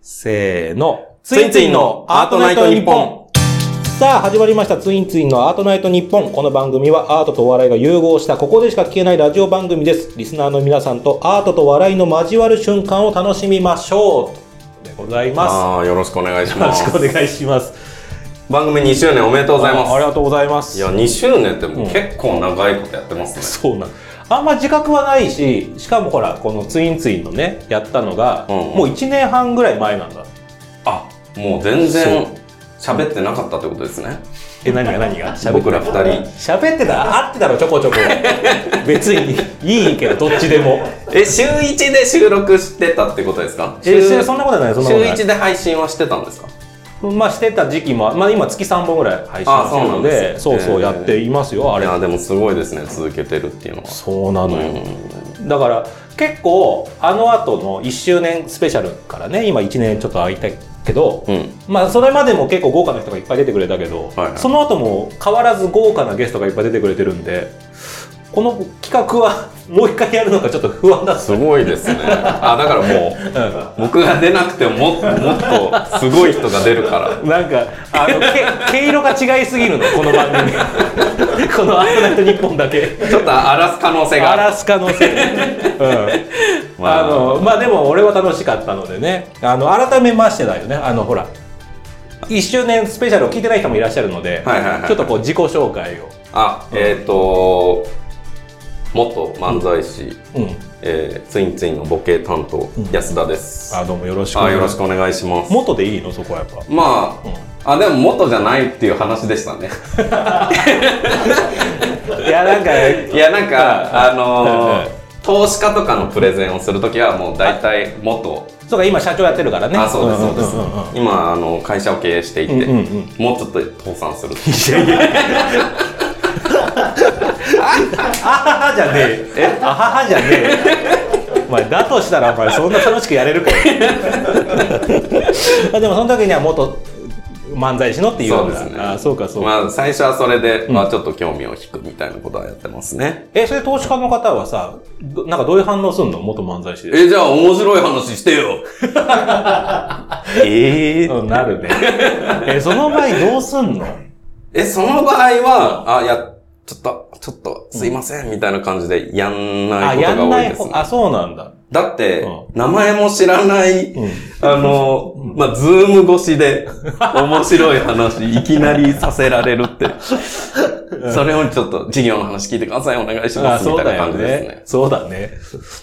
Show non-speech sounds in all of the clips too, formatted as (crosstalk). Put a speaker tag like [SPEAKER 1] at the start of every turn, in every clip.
[SPEAKER 1] せーの。
[SPEAKER 2] ツインツインのアートナイトニッポン。
[SPEAKER 1] さあ、始まりました。ツインツインのアートナイトニッポン。この番組はアートと笑いが融合した、ここでしか聞けないラジオ番組です。リスナーの皆さんとアートと笑いの交わる瞬間を楽しみましょう。でございま
[SPEAKER 2] ああ、よろしくお願いし
[SPEAKER 1] す。よろ
[SPEAKER 2] ま
[SPEAKER 1] し
[SPEAKER 2] す。
[SPEAKER 1] くお願いします。
[SPEAKER 2] 番組2周年おめでとうござい
[SPEAKER 1] ああり
[SPEAKER 2] ま
[SPEAKER 1] がとうございます。
[SPEAKER 2] す。いや、2周年ってもう結構長いことやってますね。
[SPEAKER 1] そうなんあんま自覚はないし、しかもほら、このツインツインのね、やったのが、
[SPEAKER 2] うんうん
[SPEAKER 1] もう1年半ぐらい前なんだ。
[SPEAKER 2] あ、もう全然喋ってなかったってことですね。
[SPEAKER 1] え、何が何が喋って
[SPEAKER 2] 僕
[SPEAKER 1] た
[SPEAKER 2] ら2人。
[SPEAKER 1] 喋ってたら合ってたろ、ちょこちょ (laughs) こ。別にいいけど、どっちでも。
[SPEAKER 2] え、週1で収録してたってことですか
[SPEAKER 1] え、
[SPEAKER 2] 週
[SPEAKER 1] そんなことない、そんな
[SPEAKER 2] 週
[SPEAKER 1] ことない
[SPEAKER 2] 1。で配信はしてたんですか
[SPEAKER 1] まあ、してた時期も、まあ今月3本ぐらい配信
[SPEAKER 2] あ
[SPEAKER 1] してるので、
[SPEAKER 2] そう
[SPEAKER 1] そうそう
[SPEAKER 2] なんですへー
[SPEAKER 1] やっていますよ、あ
[SPEAKER 2] い
[SPEAKER 1] れ。
[SPEAKER 2] や、でもすごいですね、続けてるっていうのは。
[SPEAKER 1] そうなの
[SPEAKER 2] う
[SPEAKER 1] よ。
[SPEAKER 2] ん
[SPEAKER 1] だから結構あの後の1周年スペシャルからね今1年ちょっと空いたけど、
[SPEAKER 2] うん
[SPEAKER 1] まあそれまでも結構豪華な人がいっぱい出てくれたけど、
[SPEAKER 2] はいはい
[SPEAKER 1] その後も変わらず豪華なゲストがいっぱい出てくれてるんでこの企画は (laughs) もう一回やるのがちょっと不安だっす
[SPEAKER 2] すごいですね。 (laughs) あ、だからもう、僕が出なくても、もっとすごい人が出るから。
[SPEAKER 1] なんかあの
[SPEAKER 2] (laughs)
[SPEAKER 1] け毛色が違いすぎるのこの番組この「アートナイトニッポン」だけ
[SPEAKER 2] ちょっと荒らす可能性があ
[SPEAKER 1] 荒
[SPEAKER 2] る。
[SPEAKER 1] らす可能性、うん
[SPEAKER 2] ま
[SPEAKER 1] あ、のまあでも俺は楽しかったのでねあの改めましてだよねあのほら1周年スペシャルを聞いてない人もいらっしゃるので、
[SPEAKER 2] はいはいはい
[SPEAKER 1] ちょっとこう自己紹介を、
[SPEAKER 2] あ、えっ、と、元漫才師、
[SPEAKER 1] うん、
[SPEAKER 2] えーツインツインのボケ担当、安田です。
[SPEAKER 1] あどうもよろしくお
[SPEAKER 2] あ、
[SPEAKER 1] 願いし
[SPEAKER 2] よろ
[SPEAKER 1] ます
[SPEAKER 2] しくお願いします。
[SPEAKER 1] 元でいいのそこはやっぱ
[SPEAKER 2] まあ、あ、でも元じゃないっていう話で
[SPEAKER 1] (laughs)
[SPEAKER 2] したね。
[SPEAKER 1] いやなんか
[SPEAKER 2] いや、なんか、あ
[SPEAKER 1] はいは
[SPEAKER 2] の
[SPEAKER 1] い
[SPEAKER 2] ー投資家とかのプレゼンをするときはもう大体元、
[SPEAKER 1] (laughs) そうか今社長やってるからね
[SPEAKER 2] あ、そうです、そうです
[SPEAKER 1] んんんうん。
[SPEAKER 2] 今、あの、会社を経営していて、
[SPEAKER 1] うんうんうん
[SPEAKER 2] もうちょっと倒産する。
[SPEAKER 1] あははじゃねええあははじゃねえお前だとしたらお前そんな楽しくやれるか
[SPEAKER 2] (laughs)
[SPEAKER 1] よまあでもその時には元漫才師のっていう
[SPEAKER 2] そ
[SPEAKER 1] よう
[SPEAKER 2] うで
[SPEAKER 1] な
[SPEAKER 2] すね。
[SPEAKER 1] あ (laughs) そうかそうか、
[SPEAKER 2] まあ、最初はそれで、まあ、ちょっと興味を引くみたいなことはやってますね。
[SPEAKER 1] え、それ投資家の方はさ、どなんかどういう反応すんの元漫才師で。
[SPEAKER 2] え、じゃあ面白い話してよえー
[SPEAKER 1] うん、なるね。え、その場合どうすんの
[SPEAKER 2] え、その場合は、あ、いや、ちょっと、ちょっと、すいません、みたいな感じでやんな
[SPEAKER 1] あ、
[SPEAKER 2] いこ
[SPEAKER 1] や
[SPEAKER 2] とが
[SPEAKER 1] ん
[SPEAKER 2] 多
[SPEAKER 1] ないい
[SPEAKER 2] です
[SPEAKER 1] 方、
[SPEAKER 2] ね。
[SPEAKER 1] あ、そうなんだ。
[SPEAKER 2] だって
[SPEAKER 1] うん、
[SPEAKER 2] 名前も知らない、
[SPEAKER 1] うん。
[SPEAKER 2] あの、まあ、ズーム越しで、面白い話、いきなりさせられるって。それよりちょっと、事業の話聞いてください、お願いしま
[SPEAKER 1] あ、
[SPEAKER 2] す、み
[SPEAKER 1] そ
[SPEAKER 2] た
[SPEAKER 1] う
[SPEAKER 2] いな
[SPEAKER 1] だよ
[SPEAKER 2] 感じですね
[SPEAKER 1] ね。。そうだね。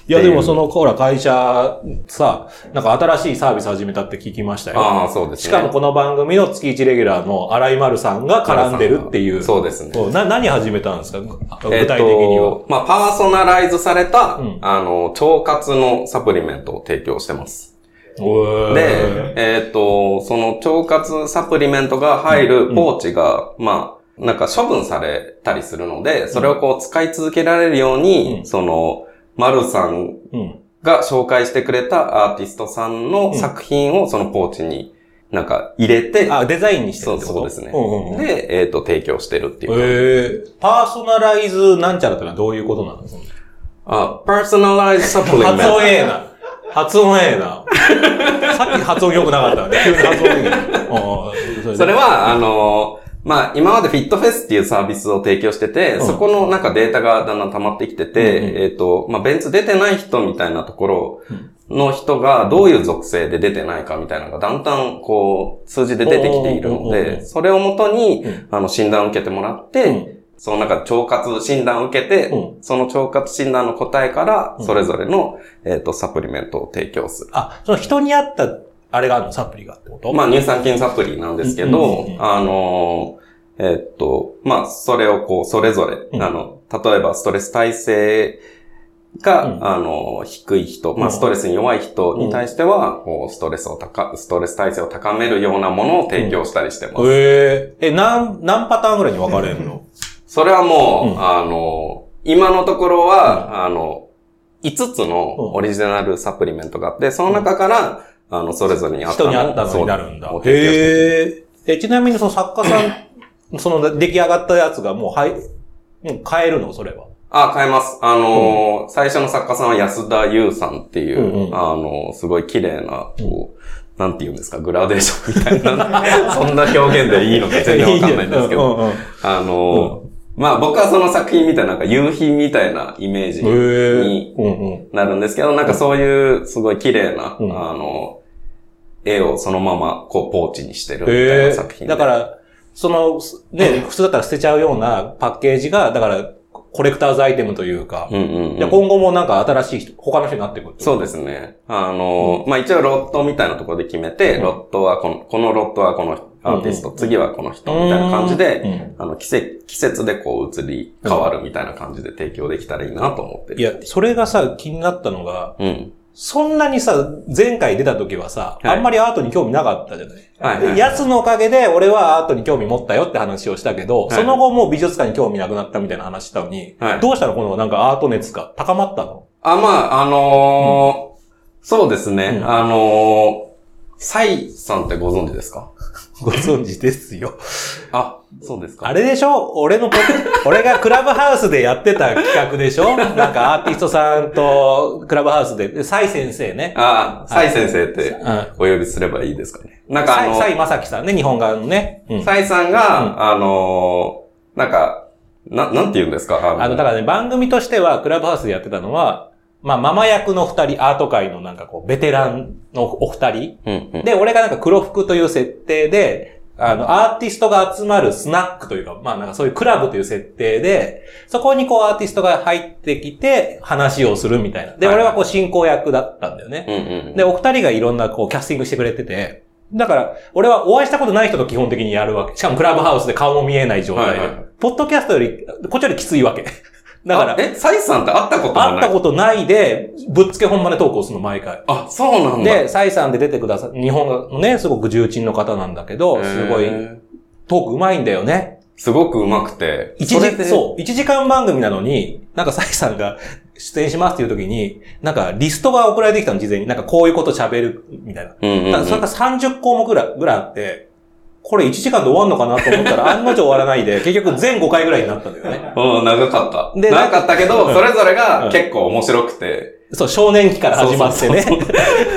[SPEAKER 1] いや、でもその、ほら、会社、さ、なんか新しいサービス始めたって聞きましたよ。
[SPEAKER 2] ああ、そうですね。
[SPEAKER 1] しかもこの番組の月1レギュラーの荒井丸さんが絡んでるっていう。
[SPEAKER 2] そうですね
[SPEAKER 1] おな、何始めたんですか具
[SPEAKER 2] えっ
[SPEAKER 1] 体的には。
[SPEAKER 2] と、まあ、パーソナライズされた、
[SPEAKER 1] うん
[SPEAKER 2] あの、腸活のサプリメントを提供してます。
[SPEAKER 1] おー
[SPEAKER 2] で、、えっと、その腸活サプリメントが入るポーチが、まあ、なんか処分されたりするので、それをこう使い続けられるように、
[SPEAKER 1] うん
[SPEAKER 2] その、マルさん
[SPEAKER 1] うん。
[SPEAKER 2] が紹介してくれたアーティストさんの作品をそのポーチになんか入れて、
[SPEAKER 1] あ、デザインにしてるっ
[SPEAKER 2] そう
[SPEAKER 1] てこと
[SPEAKER 2] そうですね。
[SPEAKER 1] んうんうん
[SPEAKER 2] で、えっ、と、提供してるっていう感じ
[SPEAKER 1] ええパーソナライズなんちゃらってのはどういうことなの
[SPEAKER 2] あ、パーソナライズサプリメント。
[SPEAKER 1] 発音ええな。発音ええな。 (laughs) さっき発音良くなかったね。急に発音ええな。
[SPEAKER 2] それは、あの、まあ、今までフィットフェスっていうサービスを提供してて、
[SPEAKER 1] うん
[SPEAKER 2] そこのなんかデータがだんだん溜まってきてて、
[SPEAKER 1] うんうん
[SPEAKER 2] えっ、と、まあ、ベンツ出てない人みたいなところ
[SPEAKER 1] うん
[SPEAKER 2] の人がどういう属性で出てないかみたいなのがだんだんこう、数字で出てきているの
[SPEAKER 1] おーおーおーおー
[SPEAKER 2] で、それをもとに
[SPEAKER 1] うん、
[SPEAKER 2] あの、診断を受けてもらって、
[SPEAKER 1] うん
[SPEAKER 2] そのなんか腸活診断を受けて、
[SPEAKER 1] う
[SPEAKER 2] その腸活診断の答えから
[SPEAKER 1] う、ん
[SPEAKER 2] それぞれの、えっ、と、サプリメントを提供する。
[SPEAKER 1] あ、その人に合った、あれがあるのサプリがってこと
[SPEAKER 2] まあ、乳酸菌サプリなんですけど、
[SPEAKER 1] うんうんうん
[SPEAKER 2] あのー、えっと、まあ、それをこう、それぞれ、
[SPEAKER 1] うん
[SPEAKER 2] あの、例えばストレス耐性が、
[SPEAKER 1] うん
[SPEAKER 2] あのー、低い人、ま
[SPEAKER 1] う
[SPEAKER 2] あ、
[SPEAKER 1] ん
[SPEAKER 2] ストレスに弱い人に対しては、こう、ストレスを高、ストレス耐性を高めるようなものを提供したりしてます。
[SPEAKER 1] えええ、何、何パターンぐらいに分かれるの
[SPEAKER 2] それはもう、
[SPEAKER 1] うん
[SPEAKER 2] あのー、今のところは、あの、5つ
[SPEAKER 1] うん
[SPEAKER 2] のオリジナルサプリメントがあって、その中から、あの、それぞれに合った
[SPEAKER 1] 人に合ったのになるんだ
[SPEAKER 2] そう。提供して
[SPEAKER 1] へえ。え、ちなみにその作家さん、その出来上がったやつがもう、はい、もう変えるのそれは。
[SPEAKER 2] あ、変えます。あのー最初の作家さんは安田優さんってい
[SPEAKER 1] う
[SPEAKER 2] う、
[SPEAKER 1] んうん
[SPEAKER 2] あのーすごい綺麗な、こう、なんて言うんですか、グラデーションみた
[SPEAKER 1] (laughs)
[SPEAKER 2] いな、そんな表現でいいのか全然わかんないんですけ
[SPEAKER 1] う
[SPEAKER 2] ど、
[SPEAKER 1] んうんうん
[SPEAKER 2] あのーまあ僕はその作品みたいな、なんか夕日みたいなイメージ
[SPEAKER 1] へ
[SPEAKER 2] に
[SPEAKER 1] え。うんうん。
[SPEAKER 2] なるんですけど、なんかそういうすごい綺麗な、
[SPEAKER 1] うん
[SPEAKER 2] あの、絵をそのままこうポーチにしてるみたい
[SPEAKER 1] え
[SPEAKER 2] な
[SPEAKER 1] え
[SPEAKER 2] 作品で
[SPEAKER 1] だから、その、すね、普通だったら捨てちゃうようなパッケージが、だから、コレクターズアイテムというか、
[SPEAKER 2] うんうんうん
[SPEAKER 1] で今後もなんか新しい人、他の人になっていくる。
[SPEAKER 2] そうですね。あの、まあ、一応ロットみたいなところで決めて、
[SPEAKER 1] うん
[SPEAKER 2] ロットはこの、このロットはこのアーティスト、次はこの人みたいな感じ
[SPEAKER 1] う
[SPEAKER 2] で、
[SPEAKER 1] ん。
[SPEAKER 2] あの季節、季節でこう移り変わるみたいな感じで提供できたらいいなと思ってる。
[SPEAKER 1] いや、それがさ、気になったのが、
[SPEAKER 2] うん。
[SPEAKER 1] そんなにさ、前回出た時はさ、
[SPEAKER 2] はい
[SPEAKER 1] あんまりアートに興味なかったじゃない、
[SPEAKER 2] はいはいはい
[SPEAKER 1] やつのおかげで俺はアートに興味持ったよって話をしたけど、
[SPEAKER 2] はい
[SPEAKER 1] その後もう美術館に興味なくなったみたいな話したのに、
[SPEAKER 2] はい
[SPEAKER 1] どうしたのこのなんかアート熱が高まったの
[SPEAKER 2] あ、まあ、あのーそうです
[SPEAKER 1] う
[SPEAKER 2] ね。
[SPEAKER 1] ん
[SPEAKER 2] あのーサイさんってご存知ですか
[SPEAKER 1] ご存知ですよ。
[SPEAKER 2] あ、そうです
[SPEAKER 1] (laughs)
[SPEAKER 2] か。
[SPEAKER 1] あれでしょ俺のポ、
[SPEAKER 2] (laughs)
[SPEAKER 1] 俺がクラブハウスでやってた企画でしょなんかアーティストさんとクラブハウスで、サイ先生ね。
[SPEAKER 2] ああ、サイ先生って
[SPEAKER 1] うん
[SPEAKER 2] お呼びすればいいですかね。なんかあ
[SPEAKER 1] サイ、
[SPEAKER 2] の、
[SPEAKER 1] サ
[SPEAKER 2] サイ
[SPEAKER 1] イまさきさんね、日本側のね。うん
[SPEAKER 2] さんが、あのー、なんか、な、なんて言うんですかあ
[SPEAKER 1] あの、だからね、番組としては、クラブハウスでやってたのは、まあ、ママ役の二人、アート界のなんかこう、ベテランのお二人。
[SPEAKER 2] うんうん
[SPEAKER 1] で、俺がなんか黒服という設定で、あの、アーティストが集まるスナックというか、まあなんかそういうクラブという設定で、そこにこうアーティストが入ってきて話をするみたいな。で、
[SPEAKER 2] はい
[SPEAKER 1] 俺はこう進行役だったんだよね。
[SPEAKER 2] うんうん
[SPEAKER 1] で、お二人がいろんなこうキャスティングしてくれてて、だから、俺はお会いしたことない人と基本的にやるわけ。しかもクラブハウスで顔も見えない状態で。
[SPEAKER 2] はいはい
[SPEAKER 1] ポッドキャストより、こっちよりきついわけ。だか
[SPEAKER 2] あ
[SPEAKER 1] ら、
[SPEAKER 2] え、サイさんって会ったこともない
[SPEAKER 1] 会ったことないで、ぶっつけ本までトークをするの、毎回。
[SPEAKER 2] あ、そうなんだ。
[SPEAKER 1] で、サイさんで出てくださ、日本のね、すごく重鎮の方なんだけど、すごい
[SPEAKER 2] へ、ー
[SPEAKER 1] トーク上手いんだよね。
[SPEAKER 2] すごく上手くて。
[SPEAKER 1] 一
[SPEAKER 2] れで
[SPEAKER 1] 時、そう、一時間番組なのに、なんかサイさんが出演しますっていう時に、なんかリストが送られてきたの、事前に。なんかこういうこと喋る、みたいな。
[SPEAKER 2] うんうんうん。
[SPEAKER 1] ただそれが30項目ぐらいぐらいあって、これ1時間で終わるのかなと思った (laughs) ら、案の定終わらないで、結局全5回ぐらいになったんだよね。
[SPEAKER 2] うん、長かった。
[SPEAKER 1] で
[SPEAKER 2] 長かったけど、それぞれ
[SPEAKER 1] う
[SPEAKER 2] が
[SPEAKER 1] ん
[SPEAKER 2] 結構面白くて、
[SPEAKER 1] (laughs) そう、少年期から始まってね。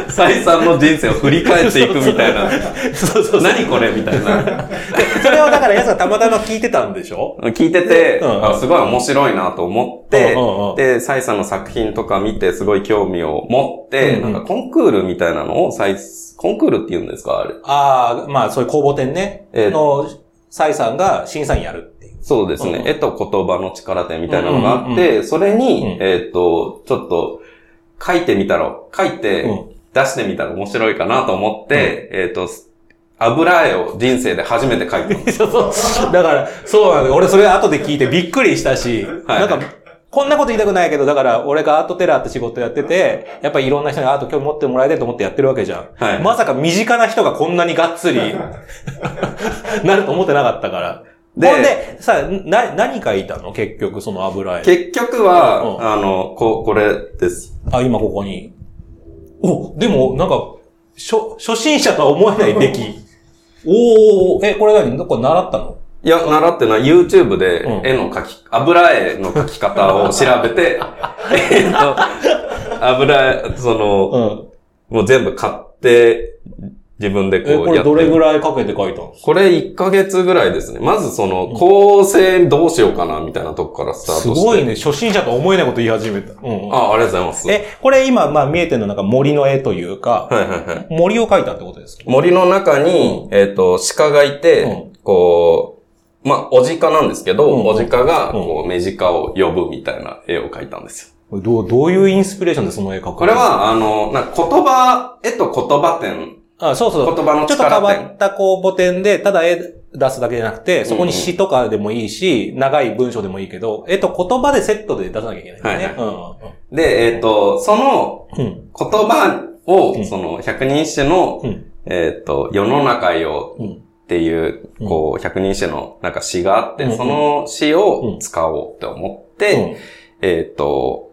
[SPEAKER 2] サイさんの人生を振り返っていくみたいな、
[SPEAKER 1] そうそうそう。
[SPEAKER 2] 何これみたいな。
[SPEAKER 1] それをだから奴がたまたま聞いてたんでしょ
[SPEAKER 2] 聞いてて、
[SPEAKER 1] うん
[SPEAKER 2] あすごい面白いなと思って、
[SPEAKER 1] うんうんうん
[SPEAKER 2] で、サイさんの作品とか見て、すごい興味を持って、
[SPEAKER 1] うんうん
[SPEAKER 2] なんかコンクールみたいなのを、サイ、コンクールって言うんですかあれ。
[SPEAKER 1] ああ、まあそういう公募展ね。
[SPEAKER 2] ええ
[SPEAKER 1] の、サイさんが審査員やるっていう。
[SPEAKER 2] そうですね。
[SPEAKER 1] うんうん
[SPEAKER 2] 絵と言葉の力展みたいなのがあって、それに、
[SPEAKER 1] うん
[SPEAKER 2] えっ、と、ちょっと、書いてみたら、書いて、
[SPEAKER 1] うん
[SPEAKER 2] 出してみたら面白いかなと思って、えっ、と、油絵を人生で初めて描いた
[SPEAKER 1] (laughs)
[SPEAKER 2] んです。
[SPEAKER 1] そうそう。だから、そうなんだよ。俺それ後で聞いてびっくりしたし、
[SPEAKER 2] はい
[SPEAKER 1] なんか、こんなこと言いたくないけど、だから俺がアートテラーって仕事やってて、やっぱりいろんな人にアート興味持ってもらいたいと思ってやってるわけじゃん。
[SPEAKER 2] はい
[SPEAKER 1] まさか身近な人がこんなにがっつり、
[SPEAKER 2] (laughs)
[SPEAKER 1] なると思ってなかったから。
[SPEAKER 2] で
[SPEAKER 1] ほんで、さ、な、何書いたの結局その油絵。
[SPEAKER 2] 結局は、
[SPEAKER 1] うん
[SPEAKER 2] あの、こ、これです。
[SPEAKER 1] あ、今ここに。お、でも、なんか、初、初心者とは思えない出
[SPEAKER 2] (laughs)
[SPEAKER 1] 来。おー、え、これ何どこ習ったの
[SPEAKER 2] いや、習ってない。YouTube で
[SPEAKER 1] うん
[SPEAKER 2] 絵の描き、油絵の描き方を調
[SPEAKER 1] (laughs)
[SPEAKER 2] べて、えっと、油絵、その、
[SPEAKER 1] うん。
[SPEAKER 2] もう全部買って、自分でこ
[SPEAKER 1] え、
[SPEAKER 2] うやって
[SPEAKER 1] これどれぐらいかけて書いたの
[SPEAKER 2] これ1ヶ月ぐらいですね。まずその、構成どうしようかな、みたいなとこからスタートし
[SPEAKER 1] す
[SPEAKER 2] て。
[SPEAKER 1] ごいね、初心者とは思えないこと言い始めた。うんうん。
[SPEAKER 2] あ、ありがとうございます。
[SPEAKER 1] え、これ今、まあ見えてるのなんか森の絵というか、
[SPEAKER 2] はいはいはい。
[SPEAKER 1] 森を描いたってことですか
[SPEAKER 2] 森の中に、えっ、と、鹿がいて、
[SPEAKER 1] う
[SPEAKER 2] こう、まあ、おじかなんですけど、
[SPEAKER 1] うん
[SPEAKER 2] おじかが、
[SPEAKER 1] うん
[SPEAKER 2] こう、目鹿を呼ぶみたいな絵を描いたんですよ。
[SPEAKER 1] これどう、どういうインスピレーションでその絵描くの
[SPEAKER 2] これ、は、あの、なんか言葉、絵と言葉展、
[SPEAKER 1] あ、そうそう。
[SPEAKER 2] 言葉の
[SPEAKER 1] ちょっと変
[SPEAKER 2] 力
[SPEAKER 1] わ
[SPEAKER 2] 展。
[SPEAKER 1] った公募展で、ただ絵出すだけじゃなくて、そこに詩とかでもいいし、長い文章でもいいけど、絵と言葉でセットで出さなきゃいけないんだよね。
[SPEAKER 2] で、えっ、と、その
[SPEAKER 1] うんうん
[SPEAKER 2] 言葉を、
[SPEAKER 1] うん
[SPEAKER 2] その、百人一首の、
[SPEAKER 1] うん
[SPEAKER 2] えっ、と、世の中よ
[SPEAKER 1] うんうん
[SPEAKER 2] っていう
[SPEAKER 1] う、ん
[SPEAKER 2] こう、百人詩のなんか詩があって、
[SPEAKER 1] うんうん
[SPEAKER 2] その詩を使おうって思って、
[SPEAKER 1] うん
[SPEAKER 2] えっ、と、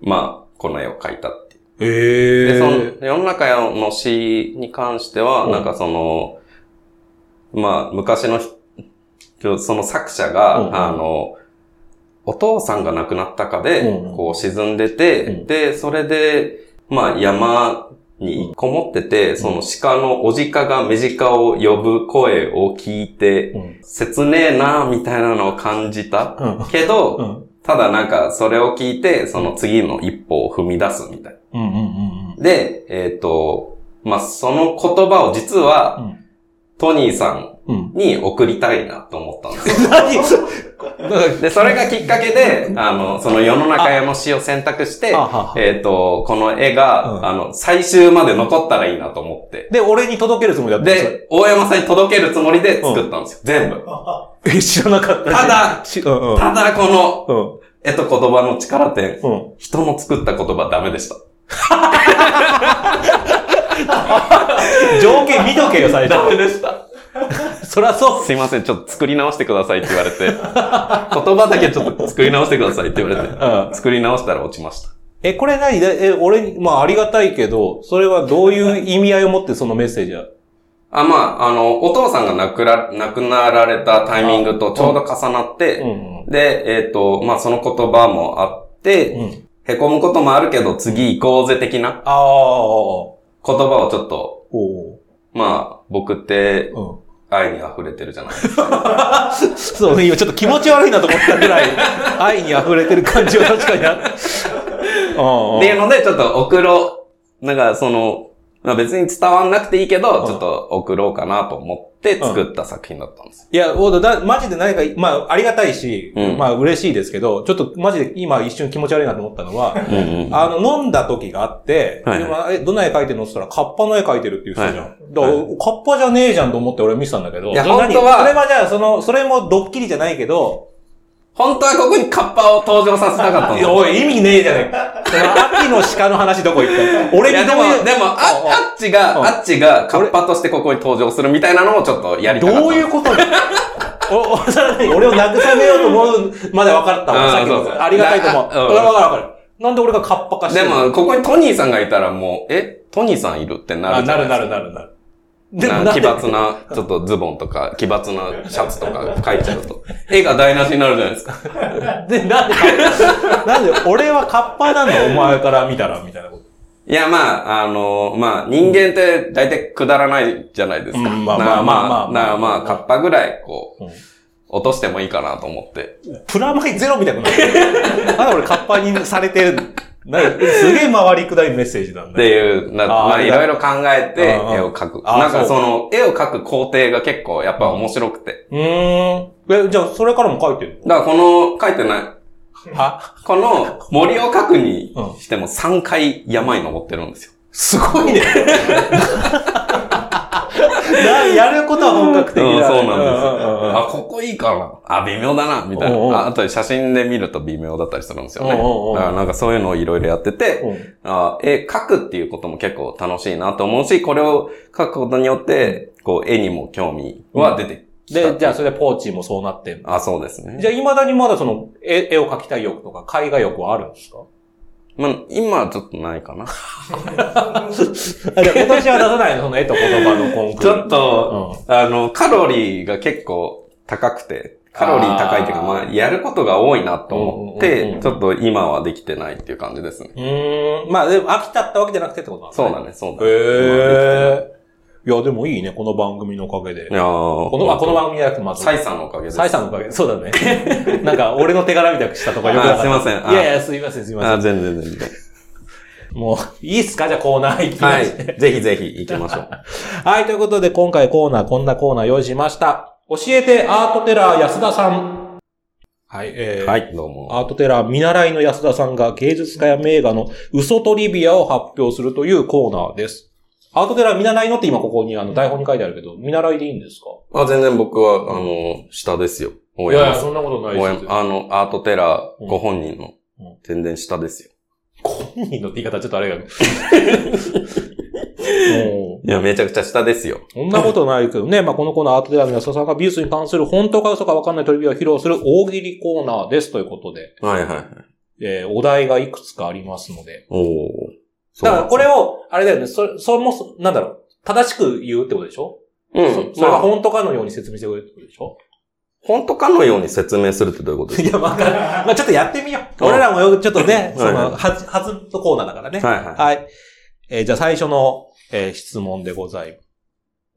[SPEAKER 2] まあ、この絵を描いたっていう。
[SPEAKER 1] え
[SPEAKER 2] で、そ
[SPEAKER 1] ー
[SPEAKER 2] の、世の中の詩に関しては、
[SPEAKER 1] うん
[SPEAKER 2] なんかその、まあ、昔のひ、その作者が、
[SPEAKER 1] うん
[SPEAKER 2] あの、お父さんが亡くなったかで、
[SPEAKER 1] うん
[SPEAKER 2] こう沈んでて、
[SPEAKER 1] うん
[SPEAKER 2] で、それで、まあ山にこもってて、その鹿のおじかが目近を呼ぶ声を聞いて、
[SPEAKER 1] うん。
[SPEAKER 2] 切ねえな、みたいなのを感じた。
[SPEAKER 1] うん。
[SPEAKER 2] けど、
[SPEAKER 1] うん。
[SPEAKER 2] ただなんかそれを聞いて、その次の一歩を踏み出すみたいな。
[SPEAKER 1] うん。うん。
[SPEAKER 2] で、えっ、と、まあ、その言葉を実は、
[SPEAKER 1] うん
[SPEAKER 2] トニーさん
[SPEAKER 1] うん。
[SPEAKER 2] に送りたいなと思ったんですよ。
[SPEAKER 1] 何
[SPEAKER 2] で、それがきっかけで、あの、その世の中への詩を選択して
[SPEAKER 1] あ、はは。
[SPEAKER 2] えっ、と、この絵が、
[SPEAKER 1] うん
[SPEAKER 2] あの、最終まで残ったらいいなと思って。
[SPEAKER 1] で、俺に届けるつもりだったん
[SPEAKER 2] で、大山さんに届けるつもりで作ったんですよ。全部。
[SPEAKER 1] それえ、知らなかった。
[SPEAKER 2] ただ、
[SPEAKER 1] し、うんうん。
[SPEAKER 2] ただこの、
[SPEAKER 1] うん。
[SPEAKER 2] 絵と言葉の力点、
[SPEAKER 1] うん。
[SPEAKER 2] 人の作った言葉ダメでした。
[SPEAKER 1] 条件見とけよ、最
[SPEAKER 2] ダメ
[SPEAKER 1] 初。
[SPEAKER 2] でした。
[SPEAKER 1] (laughs) そらそう。
[SPEAKER 2] すいません、ちょっと作り直してくださいって言われ (laughs) て、言葉だけちょっと作り直してくださいって言われて、
[SPEAKER 1] うん。
[SPEAKER 2] 作り直したら落ちました。
[SPEAKER 1] え、これ何でえ、俺に、まあありがたいけど、それはどういう意味合いを持ってそのメッセージは
[SPEAKER 2] あ、まあ、あの、お父さんが亡くら、亡くなられたタイミングとちょうど重なって、
[SPEAKER 1] うん。
[SPEAKER 2] で、えっ、と、まあ、その言葉もあって、
[SPEAKER 1] うん。
[SPEAKER 2] へこむこともあるけど、次行こうぜ的な
[SPEAKER 1] ああ、お
[SPEAKER 2] 言葉をちょっと、
[SPEAKER 1] お
[SPEAKER 2] まあ、僕って
[SPEAKER 1] うん。
[SPEAKER 2] 愛に溢れてるじゃないですか。
[SPEAKER 1] そう、今ちょっと気持ち悪いなと思ったぐら (laughs) い、愛に溢れてる感じは確かにある。うんうん
[SPEAKER 2] っていうので、ちょっと送ろう。なんか、その、まあ、別に伝わんなくていいけ
[SPEAKER 1] う
[SPEAKER 2] ど、
[SPEAKER 1] ん
[SPEAKER 2] ちょっと送ろうかなと思って作った作品だったんですよ
[SPEAKER 1] いや、おうだ、マジで何か、まあ、ありがたいし、
[SPEAKER 2] うん
[SPEAKER 1] まあ、嬉しいですけど、ちょっとマジで今一瞬気持ち悪いなと思ったのは、
[SPEAKER 2] うんうん
[SPEAKER 1] あの、飲んだ時があって、
[SPEAKER 2] はい
[SPEAKER 1] でまあえ、どんな絵描いてるのって言ったら、カッパの絵描いてるっていう人じゃん。
[SPEAKER 2] は
[SPEAKER 1] だから、
[SPEAKER 2] は
[SPEAKER 1] カッパじゃねえじゃんと思って俺見てたんだけど。
[SPEAKER 2] いや
[SPEAKER 1] それ何
[SPEAKER 2] 本当は
[SPEAKER 1] それはじゃあ、その、それもドッキリじゃないけど、
[SPEAKER 2] 本当はここにカッパを登場させたかったん
[SPEAKER 1] い
[SPEAKER 2] です
[SPEAKER 1] や、
[SPEAKER 2] よ。
[SPEAKER 1] おい、意味ねえじゃねえか。その秋の鹿の話どこ行った俺
[SPEAKER 2] いや、
[SPEAKER 1] に
[SPEAKER 2] で
[SPEAKER 1] ど
[SPEAKER 2] も
[SPEAKER 1] うい、う、
[SPEAKER 2] でも、あ、
[SPEAKER 1] おうおう
[SPEAKER 2] あっち
[SPEAKER 1] うん
[SPEAKER 2] が、あっちがカッパとしてここに登場するみたいなのをちょっとやりたかった。
[SPEAKER 1] どういうこと
[SPEAKER 2] (laughs)
[SPEAKER 1] だお、お、それは何俺を慰めようと思うまで分かった
[SPEAKER 2] う
[SPEAKER 1] わ。
[SPEAKER 2] ん
[SPEAKER 1] さっき
[SPEAKER 2] そうそう
[SPEAKER 1] の。ありがたいと思う。
[SPEAKER 2] なう
[SPEAKER 1] 分かる
[SPEAKER 2] ん
[SPEAKER 1] 分かる分かる。なんで俺がカッパ化して
[SPEAKER 2] で
[SPEAKER 1] るの
[SPEAKER 2] も、ここにトニーさんがいたらもう、え、トニーさんいるってな
[SPEAKER 1] あ
[SPEAKER 2] るじゃ
[SPEAKER 1] な
[SPEAKER 2] ない
[SPEAKER 1] る
[SPEAKER 2] です
[SPEAKER 1] な
[SPEAKER 2] か。
[SPEAKER 1] るなるなる。でも
[SPEAKER 2] な
[SPEAKER 1] なん
[SPEAKER 2] (laughs) 奇
[SPEAKER 1] で、
[SPEAKER 2] 抜な、ちょっとズボンとか、奇抜なシャツとか書いちゃうと、絵が台無しになるじゃないですか。
[SPEAKER 1] で、なんでカッパ、なんで俺はカッパなのお前から見たら、みたいなこと。
[SPEAKER 2] いや、まあ、あの、まあ、人間って大体くだらないじゃないですか。
[SPEAKER 1] うんまあ
[SPEAKER 2] な
[SPEAKER 1] まあまあまあ
[SPEAKER 2] なあまあ、カッパぐらい、こう
[SPEAKER 1] うん、
[SPEAKER 2] 落としてもいいかなと思って。
[SPEAKER 1] プラマイゼロみたいになってる。なんで俺カッパにされてるなんですげえ回りくどいメッセージなん
[SPEAKER 2] っ
[SPEAKER 1] だ
[SPEAKER 2] て
[SPEAKER 1] よ。
[SPEAKER 2] いう、な
[SPEAKER 1] あー
[SPEAKER 2] まあ、
[SPEAKER 1] あ
[SPEAKER 2] い
[SPEAKER 1] れだ
[SPEAKER 2] ろいろ考えて、
[SPEAKER 1] うんうん
[SPEAKER 2] 絵を描く。
[SPEAKER 1] あー
[SPEAKER 2] なんか
[SPEAKER 1] そう
[SPEAKER 2] その、絵を描く工程が結構、やっぱ面白くて。
[SPEAKER 1] うーん。え、じゃあそれからも書いてる
[SPEAKER 2] だから、この、描いてない、
[SPEAKER 1] は
[SPEAKER 2] この森を描くに
[SPEAKER 1] うん
[SPEAKER 2] しても3回山に登ってるんですよ。
[SPEAKER 1] すごいね。 (laughs) なやることは本格
[SPEAKER 2] う
[SPEAKER 1] 的
[SPEAKER 2] ん
[SPEAKER 1] だ、ね、うん
[SPEAKER 2] そうなんです
[SPEAKER 1] うんうんうん
[SPEAKER 2] よ。あ、ここいいかな。あ、微妙だな、みたい
[SPEAKER 1] うんうん
[SPEAKER 2] な。ああと写真で見ると微妙だったりするんですよね。
[SPEAKER 1] うんうんうん
[SPEAKER 2] だからなんかそういうのをいろいろやってて、
[SPEAKER 1] うん
[SPEAKER 2] あ絵描くっていうことも結構楽しいなと思うし、これを描くことによって、こう、絵にも興味は出てきた。
[SPEAKER 1] で、じゃあそれでポーチもそうなってんの
[SPEAKER 2] あ、そうですね。
[SPEAKER 1] じゃあ未だにまだその絵絵を描きたい欲とか絵画欲はあるんですか
[SPEAKER 2] まあ、今 (laughs) はちょっとないかな。
[SPEAKER 1] あじゃあ今年は出さないのその絵と言葉のコンクール。
[SPEAKER 2] (laughs) ちょっと、
[SPEAKER 1] う
[SPEAKER 2] あの、カロリーが結構高くて、カロリー高いというか、
[SPEAKER 1] あ
[SPEAKER 2] ま
[SPEAKER 1] ー
[SPEAKER 2] あ、やることが多いなと思っ
[SPEAKER 1] うんうんうんう
[SPEAKER 2] て
[SPEAKER 1] ん、
[SPEAKER 2] ちょっと今はできてないっていう感じですね。
[SPEAKER 1] うーん。まあでも飽きたったわけじゃなくてってことなん
[SPEAKER 2] そう
[SPEAKER 1] ね。
[SPEAKER 2] だね、そうだね。
[SPEAKER 1] へえ。いや、でもいいね、この番組のおかげで。
[SPEAKER 2] いやこ
[SPEAKER 1] この、あ、この番組じゃなくて、まず。
[SPEAKER 2] サイさんのおかげです。
[SPEAKER 1] サイさんのおかげで。そうだね。なんか、俺の手柄みたいにしたとかよくなかっ
[SPEAKER 2] あ
[SPEAKER 1] た。
[SPEAKER 2] すいませんあ
[SPEAKER 1] いやいや、すいません、すいません
[SPEAKER 2] あ、。全然全然。
[SPEAKER 1] もう、いいっすかじゃあコーナー行きま
[SPEAKER 2] は
[SPEAKER 1] しょ
[SPEAKER 2] い。ぜひぜひ行きましょう。
[SPEAKER 1] う。はい、ということで今回コーナー、こんなコーナー用意しました。教えてアートテラー安田さん。はい、えー、
[SPEAKER 2] はい、どうも。
[SPEAKER 1] アートテラー見習いの安田さんが芸術家や名画の嘘トリビアを発表するというコーナーです。アートテラー見習いのって今ここにあの台本に書いてあるけど、見習いでいいんですか
[SPEAKER 2] あ、全然僕は、あの、下ですよ。大
[SPEAKER 1] いやい
[SPEAKER 2] 山
[SPEAKER 1] や、
[SPEAKER 2] さん
[SPEAKER 1] そんなことない
[SPEAKER 2] 大
[SPEAKER 1] です。
[SPEAKER 2] 山あの、アートテラ
[SPEAKER 1] うん
[SPEAKER 2] ーご本人の
[SPEAKER 1] うん、
[SPEAKER 2] 全然下ですよ。
[SPEAKER 1] 本人のって言い方ちょっとあれ (laughs) が。もう
[SPEAKER 2] いや、めちゃくちゃ下ですよ。
[SPEAKER 1] そんなことないけどね。まあ、このコーナーアートテラーの安田さんが美術に関する本当か嘘かわかんないトリビアを披露する大喜利コーナーですということで、
[SPEAKER 2] はいはい。
[SPEAKER 1] えーお題がいくつかありますので。
[SPEAKER 2] おお。
[SPEAKER 1] だからこれを、あれだよね、それ、それもそ、なんだろう、正しく言うってことでしょ
[SPEAKER 2] う
[SPEAKER 1] そ
[SPEAKER 2] ん。
[SPEAKER 1] それが
[SPEAKER 2] まあ
[SPEAKER 1] 本当かのように説明してくれるってことでしょ
[SPEAKER 2] 本当かのように説明するってどういうことです
[SPEAKER 1] (laughs) いや、わ (laughs) かる。まあちょっとやってみよう。
[SPEAKER 2] うん
[SPEAKER 1] 俺らもよちょっとね、そ
[SPEAKER 2] はい
[SPEAKER 1] の、
[SPEAKER 2] は
[SPEAKER 1] はず、はずとコーナーだからね。 (laughs)
[SPEAKER 2] かはいはい。
[SPEAKER 1] はい。えーじゃあ最初の、えー質問でございます。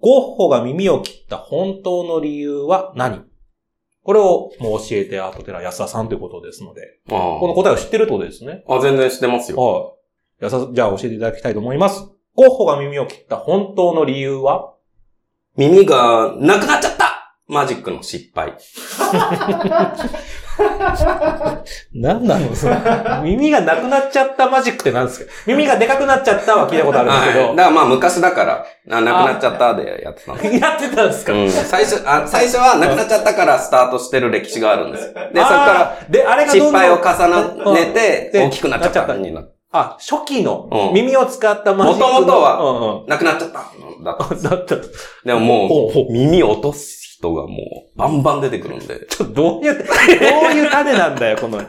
[SPEAKER 1] ゴッホが耳を切った本当の理由は何これをもう教えてアートテラ安田さんということですので、
[SPEAKER 2] あー
[SPEAKER 1] この答えを知ってるってことですね。
[SPEAKER 2] あ、全然知ってますよ。
[SPEAKER 1] はい。安田じゃあ教えていただきたいと思います。ゴッホが耳を切った本当の理由は
[SPEAKER 2] 耳がなくなっちゃったマジックの失敗。
[SPEAKER 1] 何なのそれ (laughs) 耳がなくなっちゃったマジックって何ですか耳がでかくなっちゃったは聞いたことあるんです
[SPEAKER 2] はい。だからまあ昔だから、あなくなっちゃったでやってたんです
[SPEAKER 1] けど、やってたんですか、
[SPEAKER 2] うん、最初、あ、最初はなくなっちゃったからスタートしてる歴史があるんですよ。で、そこから
[SPEAKER 1] ら、で、あれがど
[SPEAKER 2] 失
[SPEAKER 1] んどん
[SPEAKER 2] 敗を重ねて、
[SPEAKER 1] うん
[SPEAKER 2] 大きくなっちゃった。
[SPEAKER 1] なっちゃった
[SPEAKER 2] にな
[SPEAKER 1] あ、初期の
[SPEAKER 2] うん
[SPEAKER 1] 耳を使ったマジックの。
[SPEAKER 2] 元々は
[SPEAKER 1] は。
[SPEAKER 2] なくなっちゃった。だった
[SPEAKER 1] だった。
[SPEAKER 2] でもも
[SPEAKER 1] ほうほう
[SPEAKER 2] う、耳落とす人がもう、バンバン出てくるんで。
[SPEAKER 1] ちょっとどういう、どういう種なんだよ、こ
[SPEAKER 2] (laughs)
[SPEAKER 1] の。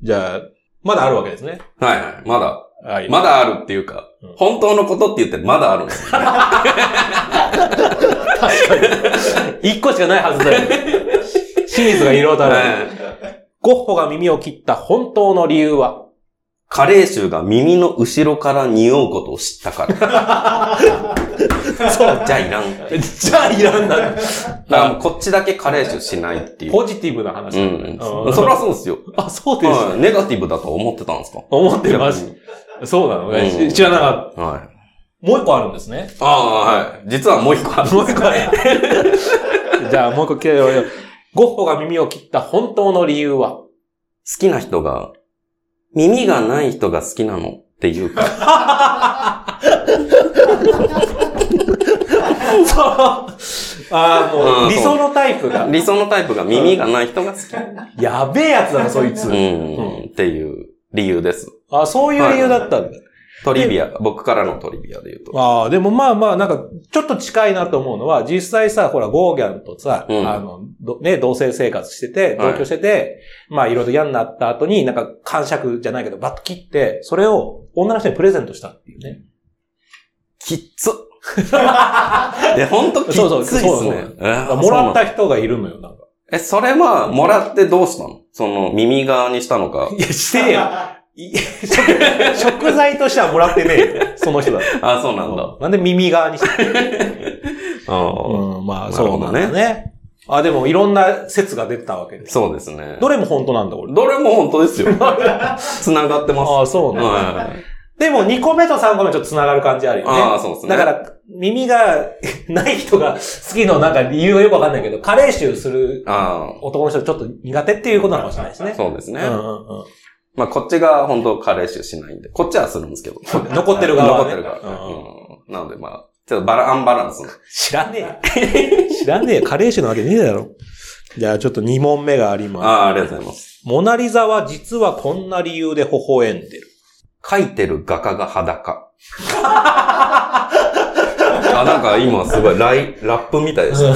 [SPEAKER 1] じゃあ、まだあるわけですね。
[SPEAKER 2] はいはい。まだ、
[SPEAKER 1] はい。
[SPEAKER 2] まだあるっていうか
[SPEAKER 1] うん、
[SPEAKER 2] 本当のことって言ってまだあるんですよ。
[SPEAKER 1] 一個しかないはずだよ。シリーズがいろいろある。
[SPEAKER 2] はい
[SPEAKER 1] ゴッホが耳を切った本当の理由は
[SPEAKER 2] 加齢臭が耳の後ろから匂うことを知ったから。 (laughs) そう、じゃあいらん。だか
[SPEAKER 1] じゃあいらんな。
[SPEAKER 2] らもうこっちだけ加齢臭しないっていう。
[SPEAKER 1] ポジティブな話
[SPEAKER 2] う
[SPEAKER 1] だね。
[SPEAKER 2] ん。
[SPEAKER 1] うん
[SPEAKER 2] そりゃそうですよ。
[SPEAKER 1] あ、そうです。
[SPEAKER 2] はい。ネガティブだと思ってたんですか
[SPEAKER 1] 思ってます。そうなのね。
[SPEAKER 2] うん
[SPEAKER 1] し知らなかっ
[SPEAKER 2] はい。
[SPEAKER 1] た。もう一個あるんですね。
[SPEAKER 2] ああ、はい。実はもう一個ある
[SPEAKER 1] もう一個ね (laughs) じゃあもう一個聞いてよ。ゴッホが耳を切った本当の理由は
[SPEAKER 2] 好きな人が、耳がない人が好きなのっていう (laughs) か、
[SPEAKER 1] そうああ、も
[SPEAKER 2] う
[SPEAKER 1] う、
[SPEAKER 2] ん
[SPEAKER 1] 理想のタイプが。
[SPEAKER 2] 理想のタイプが耳がない人が好き。
[SPEAKER 1] やべえやつだな、そいつ
[SPEAKER 2] う。ん、っていう理由です。
[SPEAKER 1] あそういう理由だったんだ。
[SPEAKER 2] トリビア、僕からのトリビアで言うと。
[SPEAKER 1] ああ、でもまあまあ、なんか、ちょっと近いなと思うのは、実際さ、ほら、ゴーギャンとさ、
[SPEAKER 2] うん
[SPEAKER 1] あの、どね、同性生活してて、
[SPEAKER 2] はい
[SPEAKER 1] 同居してて、まあ、いろいろ嫌になった後に、なんか、感触じゃないけど、バッと切って、それを女の人にプレゼントしたっていうね。
[SPEAKER 2] きっつ。で、ほんときっつい
[SPEAKER 1] そう
[SPEAKER 2] っ
[SPEAKER 1] そう
[SPEAKER 2] す
[SPEAKER 1] そう
[SPEAKER 2] ね。え
[SPEAKER 1] もら
[SPEAKER 2] ー
[SPEAKER 1] っ
[SPEAKER 2] そうなの
[SPEAKER 1] た人がいるのよ、なんか。
[SPEAKER 2] え、それは、もらってどうしたのその、耳側にしたのか。
[SPEAKER 1] いや、してや。い食 (laughs) 材としてはもらってねえよ。その人だって。
[SPEAKER 2] あ、そうなんだ。
[SPEAKER 1] なんで耳側にして
[SPEAKER 2] ああ
[SPEAKER 1] うん、まあ、
[SPEAKER 2] な
[SPEAKER 1] そ
[SPEAKER 2] る
[SPEAKER 1] う
[SPEAKER 2] ほ
[SPEAKER 1] な
[SPEAKER 2] ど
[SPEAKER 1] ん
[SPEAKER 2] ね
[SPEAKER 1] だね。あ、でもいろんな説が出てたわけです。
[SPEAKER 2] そうですね。
[SPEAKER 1] どれも本当なんだ、俺。
[SPEAKER 2] どれも本当で
[SPEAKER 1] (laughs)
[SPEAKER 2] すよ。繋がってます。
[SPEAKER 1] ああ、そうなんだ。
[SPEAKER 2] はい
[SPEAKER 1] でも2個目と3個目ちょっと繋がる感じあるよね。
[SPEAKER 2] ああ、そうですね。
[SPEAKER 1] だから、耳がない人が好きのなんか理由がよくわかんないけど、加齢臭する
[SPEAKER 2] あ
[SPEAKER 1] 男の人ちょっと苦手っていうことなのかもしれないです
[SPEAKER 2] あ、
[SPEAKER 1] ね。
[SPEAKER 2] そうですね。
[SPEAKER 1] うんうんうん。
[SPEAKER 2] まあ、こっちが本当加齢臭しないんで、こっちはするんですけど。
[SPEAKER 1] 残ってる側は
[SPEAKER 2] (laughs) 残
[SPEAKER 1] ね
[SPEAKER 2] ってる側
[SPEAKER 1] うん
[SPEAKER 2] うんなので、まあ、ちょっとバラ、アンバランスの。
[SPEAKER 1] 知らね
[SPEAKER 2] (laughs)
[SPEAKER 1] えよ。知らねえよ。加齢臭なわけねえだろ。じゃあちょっと2問目があり
[SPEAKER 2] あ
[SPEAKER 1] ます。
[SPEAKER 2] あ、ありがとうございます。
[SPEAKER 1] モナリザは実はこんな理由で微笑んでる。
[SPEAKER 2] 描いてる画家が裸。あ、なんか今すごいライ、ラップみたい
[SPEAKER 1] (laughs)
[SPEAKER 2] ですね。